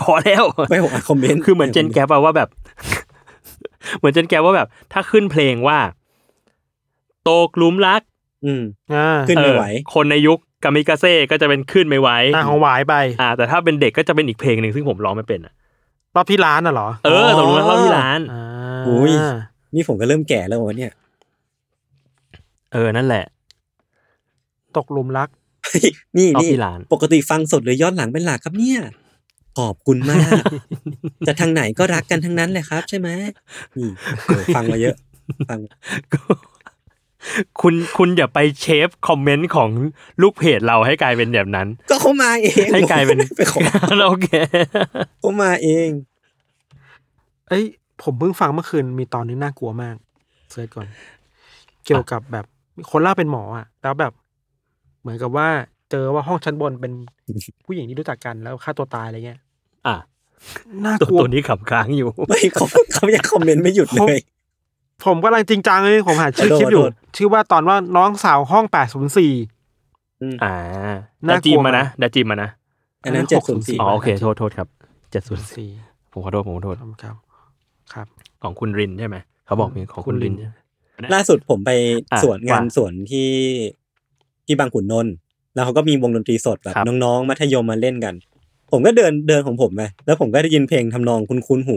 S4: พอแล้ว
S2: ไม่ผมอ่านคอมเมนต์
S4: คือเหมือนเจนแกปอะว่าแบบ เหมือนเจนแกปว่าแบบ ถ้าขึ้นเพลงว่า โตกลุมรัก
S2: อืม
S3: อ่า
S2: ขึ้นไม่ไหว
S4: เออคนในยุคกามิกาเซ่ก็จะเป็นขึ้นไม่ไหว
S3: อ่าของหวายไป
S4: อ่า แต่ถ้าเป็นเด็กก็จะเป็นอีกเพลงหนึ่งซึ่งผมร้องไม่เป็นอะ
S3: รอบที่ร้านน่ะเหรอ
S4: เออตกลงแล้วเล่าที่ร้าน
S3: อ่า
S2: อุ้ย นี่ผมก็เริ่มแก่แล้ววะเนี่ย
S4: เออนั่นแหละ
S3: ตกหลุมรัก
S2: นี่
S4: เอา
S2: นี่
S4: ที่ร้าน
S2: ปกติฟังสดหรือย้อนหลังเป็นหลักครับเนี่ย ขอบคุณมาก แต่ทางไหนก็รักกันทั้งนั้นแหละครับ ใช่ไหมนี่โอ้ฟังมาเย อะ ฟัง
S4: คุณคุณอย่าไปเชฟคอมเมนต์ของลูกเพจเราให้กลายเป็นแบบนั้น
S2: ก็เขามาเอง
S4: ให้กลายเป็น
S2: ผมไม่ได้ ไปขอ
S4: โอเค
S2: เขามาเอง
S3: เอ้ย ผมเพิ่งฟังเมื่อคืนมีตอนนึงน่ากลัวมากเสิร์ชก่อน เกี่ยวกับแบบคนล่าเป็นหมออ่ะ แล้วแบบ เหมือนกับว่าเจอว่าห้องชั้นบน เป็นผู้หญิงที่รู้จักกันแล้วฆ่าตัวตายอะไรเงี้ย
S4: อ่ะ
S3: น่าก
S4: ตัว
S3: ลัว
S4: ตัวนี้ขำค้างอยู่
S2: ไม่เขาเขายังคอมเมนต์ไม่หยุดเลย
S3: ผมกำลังจริงจังเลยผมหาชื่อ
S2: ขอโทษ
S3: คลิปอยู่
S2: ขอโทษ
S3: ชื่อว่าตอนว่าน้องสาวห้องแปดศูนย์สี่
S4: อ่า
S3: น่า
S4: ดา
S3: ลั
S4: กจิ
S3: ว
S4: มมานะ
S3: มาก
S4: ดาจิมมานะ
S2: อันนั้นเจ็ดศูนย์สี่
S4: อ๋อโอเคโทษโทษครับเจ็ดศูนย์สี่
S3: สี่
S4: ผมขอโทษผมขอโทษ
S3: ครับ ครับ
S4: ของคุณรินใช่ไหม เขาบอกมีของคุณรินใช่ไหม
S2: ล่าสุดผมไป
S4: อ่ะ
S2: สวนงาน
S4: ว่า
S2: สวนที่ที่บางขุนนนท์แล้วเขาก็มีวงดนตรีสดแบบ
S4: ครับ
S2: น้องๆมัธยมมาเล่นกัน ผมก็เดินเดินของผมไปแล้วผมก็ได้ยินเพลงทำนองคุ้นๆหู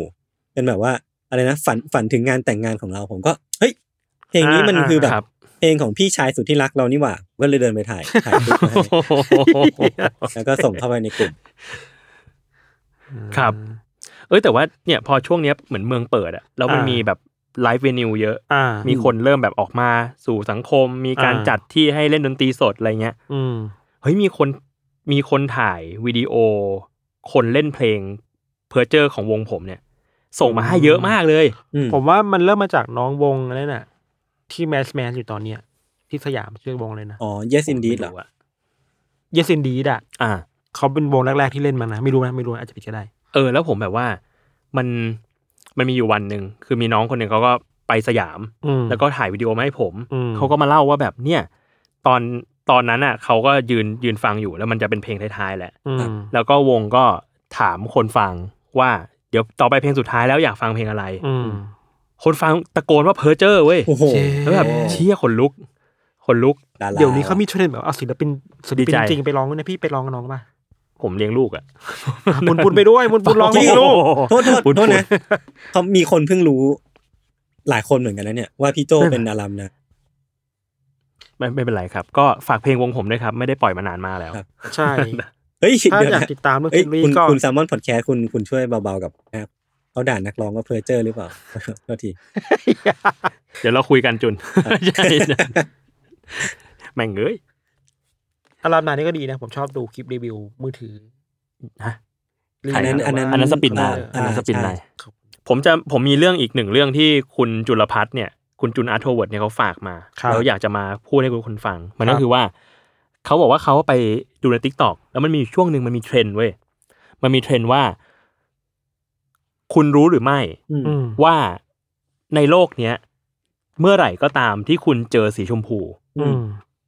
S2: เป็นแบบว่าอะไรนะฝันฝันถึงงานแต่งงานของเรา ผมก็เฮ้ยเพลงนี้มัน
S3: อ่า
S2: คือแบบ
S4: ครับ
S2: เพลงของพี่ชายสุดที่รักเรานี่หว่าผมก็เลยเดินไปถ่ายถ่ายคลิปมาให้แล้วก็ส่งเข้าไปในกลุ่ม
S4: ครับ เอ้ยแต่ว่าเนี่ยพอช่วงเนี้ยเหมือนเมืองเปิดอะแล้วมัน
S3: อ่ามี
S4: มีแบบไลฟ์เวนิวเยอะ
S3: อ่า
S4: มีคนเริ่มแบบออกมาสู่สังคม มีการ
S3: อ่า
S4: จัดที่ให้เล่นดนตรีสดอะไรเงี้ย
S3: อืม
S4: เฮ้ยมีคนมีคนถ่ายวิดีโอ คนเล่นเพลงเพอร์เจอร์ของวงผมเนี่ย ส่งมาให้เยอะมากเลย
S2: อืม
S3: ผมว่ามันเริ่มมาจากน้องวงอะไรน่ะ ที่แมสแมนอยู่ตอนเนี้ยที่สยามชื่อวงเลยนะ
S2: อ๋อ yes indeed เหรอ
S3: เยสินดีดอ่ะ
S4: อ่า
S3: เขาเป็นวงแรกๆที่เล่นมานะ ไม่รู้นะไม่รู้นะอาจจะผิดก็ได้
S4: เออแล้วผมแบบว่ามันมันมีอยู่วันหนึ่งคือมีน้องคนหนึ่งเขาก็ไปสยาม
S3: อืม
S4: แล้วก็ถ่ายวิดีโอมาให้ผม
S3: อืม
S4: เขาก็มาเล่าว่าแบบเนี่ย ตอนตอนนั้นอ่ะเขาก็ยืนยืนฟังอยู่แล้วมันจะเป็นเพลงท้ายๆแหละ
S3: อืม
S4: แล้วก็วงก็ถามคนฟังว่าเดี๋ยวต่อไปเพลงสุดท้ายแล้วอยากฟังเพลงอะไร
S3: อืม
S4: คนฟังตะโกนว่าเพอเจอร์เว้ย
S2: โอ้โห
S4: แล้วแบบเชี่ยขนลุกขนลุก
S2: ดารา
S3: เดี๋ยวนี้เขามีเทรนด์แบบเอาศิลปินศิลปิน
S4: ดีใจ
S3: จริงๆไปร้องด้วยนะพี่ไปร้องกับน้องป่ะ
S4: ผมเลี้ยงลูก อ่ะ
S3: บุญบุญ ไปด้วยบุญบุญร้อง
S2: จริง
S3: ด้วยลูก
S2: โทษโทษ
S4: พูด
S2: โทษนะ
S4: พูด
S2: เขามีคนเพิ่งรู้ หลายคนเหมือนกันนะเนี่ย ว่าพี่โจเป็นอารัมนะ
S4: ไม่ไม่เป็นไรครับ ก็ฝากเพลงวงผมด้วยครับ ไม่ได้ปล่อยมานานมากแล้ว
S2: ครับ
S3: ใช่
S2: เฮ้ย
S3: ถ้า
S2: เดี๋ยว
S3: อยาก
S2: นะ
S3: ติดตามเรื่อง
S2: เอ้ย
S3: ซีรี
S2: คุณ
S3: ส์ก็
S2: คุณแซมมอนพอดแคสต์คุณคุณช่วยเบาๆกับนะครับเขาด่านักร้องว่าเพอเจอร์หรือเปล่า โทษที
S4: เดี๋ยวเราคุยกันจุน ใช่แม่งเอ้ย
S3: อารามนานี่ก็ดีนะ ผมชอบดูคลิปรีวิวมือถือ
S4: ฮะ
S3: รี
S2: อัน
S3: วิว
S2: นั้น
S3: แบบ
S2: อันนั้น
S3: ว่า
S4: อันนั้นสปินไลน์
S2: อ่า
S4: อันนั้นสปินไลน์
S2: ใช่
S4: ผมจะผมมีเรื่องอีกหนึ่งเรื่องที่คุณจุลพัฒน์เนี่ย คุณจุนอาร์ตโทเวิร์ดเนี่ยเขาฝากมา
S3: ครับ
S4: แล้วอยากจะมาพูดให้คุณคนฟัง มัน
S3: ค
S4: ก็
S3: รับ
S4: คือว่า เขาบอกว่าเขาไปดูในทิกตอกแล้วมันมีช่วงหนึ่งมันมีเทรนด์เว้ย มันมีเทรนด์ว่า คุณรู้หรือไม่
S2: อืม
S3: อืม
S4: ว่าในโลกเนี้ย เมื่อไหร่ก็ตามที่คุณเจอสีชมพู
S3: อืม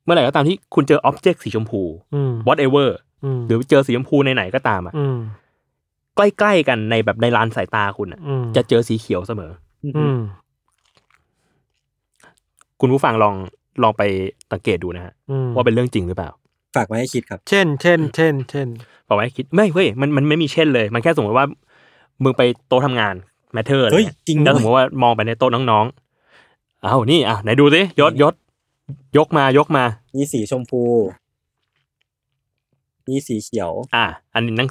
S4: เมื่อไหร่ก็ตามที่คุณเจออ็อบเจกต์สีชมพู
S3: อืม
S4: whatever
S3: ม
S4: หรือเจอสีชมพูในไหนก็ตามอะ
S3: อืม
S4: ใกล้ๆกันในแบบในลานสายตาคุณอะ
S3: อืม
S4: จะเจอสีเขียวเสมอ
S2: อื
S3: อื
S2: ม
S3: ม
S4: คุณผู้ฟังลองลองไปสังเกตดูนะฮะ
S3: อืม
S4: ว่าเป็นเรื่องจริงหรือเปล่า
S2: ฝากไว้ให้คิดครับ
S3: เช่น เช่น เช่น เช่น
S4: บอกไว้คิดไม่เว้ยมันมันไม่มีเช่นเลย มันแค่สมมติว่ามึงไปโต๊ะทำงานแมทเทอร์อะไร
S2: เฮ้ย
S4: เงี้ย
S2: จริง
S4: แล้ว
S2: ด้วย
S4: สมมติว่ามองไปในโต๊ะน้องๆอ้าวนี่อ่ะไหนดูสิยศยศยกมายกมา
S2: มีสีชมพู มีสีเขียว
S4: อ่ะอันนี้หนั่ง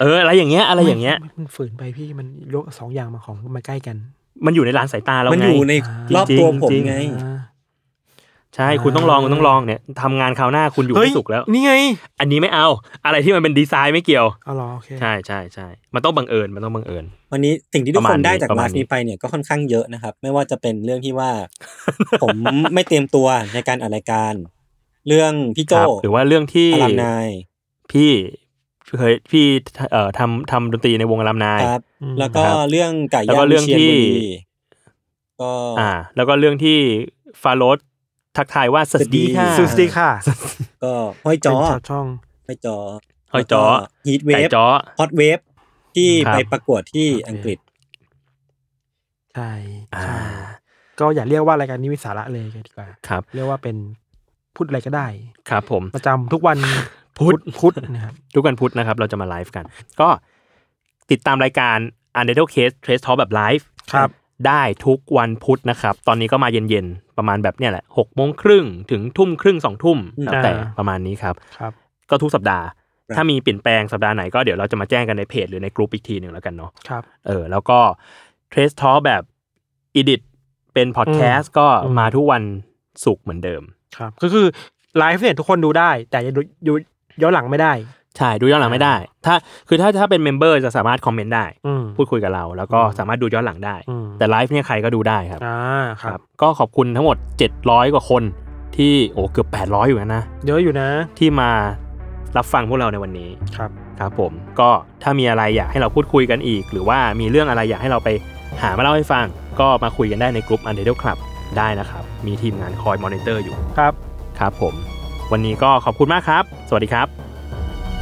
S4: เออ อะไรอย่างเงี้ย อะไรอย่างเงี้ย
S3: มันมันฝืนไปพี่มันยกสองอย่างมาของมาใกล้กัน
S4: มันอยู่ในลานสายตาเรา
S2: มัน
S4: ไง
S2: อยู่ในรอบ
S4: จริงๆ
S2: ตัวผม
S4: จริง
S2: ไง
S3: อ่า
S4: ใช่คุณต้องลองคุณต้องลองเนี่ยทำงานคราวหน้าคุณอยู่
S3: เฮ้ย
S4: ไม่สุขแล้ว
S3: นี่ไง
S4: อันนี้ไม่เอา อะไรที่มันเป็นดีไซน์ไม่เกี่ยว
S3: เอาเหรอโอเค
S4: ใช่ใช่ใช่มันต้องบังเอิญ มันต้องบังเอิญ
S2: วันนี้สิ่งที่ทุก
S4: ประ
S2: ค
S4: มาณ
S2: น
S4: นี้
S2: ได้จาก
S4: ประ
S2: ไล
S4: มาณ
S2: ฟ์
S4: นี้
S2: นี้ไปเนี่ยก็ค่อนข้างเย อะนะครับ ไม่ว่าจะเป็นเรื่องที่ว่า ผมไม่เตรียมตัวในการอัดรายการ เรื่องพี่โจ
S4: ครับหรือว่าเรื่องที่
S2: อลัมนาย
S4: พี่เคยพี่เอ่อทำทำดนตรีในวงอลัมนาย
S2: ครับ
S3: อืม
S2: แล้วก็
S4: นะครับ
S2: เรื่องไก่
S4: แล้ว
S2: ย่า
S4: ก็
S2: ง
S4: เรื่อง
S2: วิชียน
S4: ที่
S2: บุรีก็
S4: อ่า แล้วก็เรื่องที่ฟาโรสทักทายว่าสวัสดีค่ะ
S3: ซูสตีค่ะ
S2: ก็ห้อยจอ
S3: เป็นชาวช่อง
S2: ห้อยจอ
S4: หอยจ้อ
S2: ฮีทเว
S4: ไก่
S2: ฟ
S4: จ้อ
S2: ฮอตเวฟที่
S4: ครับ
S2: ไปประกวดที่อังกฤษ
S3: ใช่
S4: อ่า
S3: ใช่ก็อย่าเรียกว่ารายการนี้มีสาระเลยดีกว่า
S4: ครับ
S3: เรียกว่าเป็นพูดอะไรก็ได้
S4: ครับผม
S3: ประจำทุกวัน
S4: พุธ
S3: พุธนะครับ
S4: ทุกวันพุธนะครับเราจะมาไลฟ์กัน ก็ติดตามรายการ u n d e r t a l e Case Trace Talk แบบไลฟ์
S3: ครับ
S4: ได้ทุกวันพุธนะครับ ตอนนี้ก็มาเย็นๆ ประมาณแบบเนี่ยแหละหกโมงครึ่งถึงทุ่มครึ่งสองทุ่ม
S2: อืม
S4: แล้วแต่ประมาณนี้ครับ
S3: ครับ
S4: ก็ทุกสัปดาห์
S2: ครับ
S4: ถ้ามีเปลี่ยนแปลงสัปดาห์ไหนก็เดี๋ยวเราจะมาแจ้งกันในเพจหรือในกลุ่มอีกทีหนึ่งแล้วกันเนาะ
S3: ครับ
S4: เออแล้วก็ Trace Talk แบบ Edit เป็นพอดแคสต์ก็
S3: อืม
S4: มาทุกวันศุกร์เหมือนเดิม
S3: ครับ ก็คือไลฟ์เนี่ยทุกคนดูได้ แต่อย่าดูดูย้อนหลังไม่ได้
S4: ใช่ ดูย้อนหลังไม่ได้ ถ้าคือถ้าถ้าเป็นเมมเบอร์จะสามารถคอมเมนต์ได้
S3: อืม
S4: พูดคุยกับเรา แล้วก็
S3: อืม
S4: สามารถดูย้อนหลังได้
S3: อืม
S4: แต่ไลฟ์เนี่ยใครก็ดูได้ครับ
S3: อ่าครับ
S4: ก็ขอบคุณทั้งหมด 700 กว่าคนที่โอ้เกือบ 800 อยู่นะนะ
S3: เยอะอยู่นะ
S4: ที่มารับฟังพวกเราในวันนี้
S3: ครับ
S4: ครับผมก็ถ้ามีอะไรอยากให้เราพูดคุยกันอีก หรือว่ามีเรื่องอะไรอยากให้เราไปหามาเล่าให้ฟัง ก็มาคุยกันได้ในกลุ่ม u n d e r t a l e Club ได้นะครับ มีทีมงานคอยมอนิเตอร์อยู่
S3: ครับ
S4: ครับผม วันนี้ก็ขอบคุณมากครับ สวัสดีครับ
S3: ส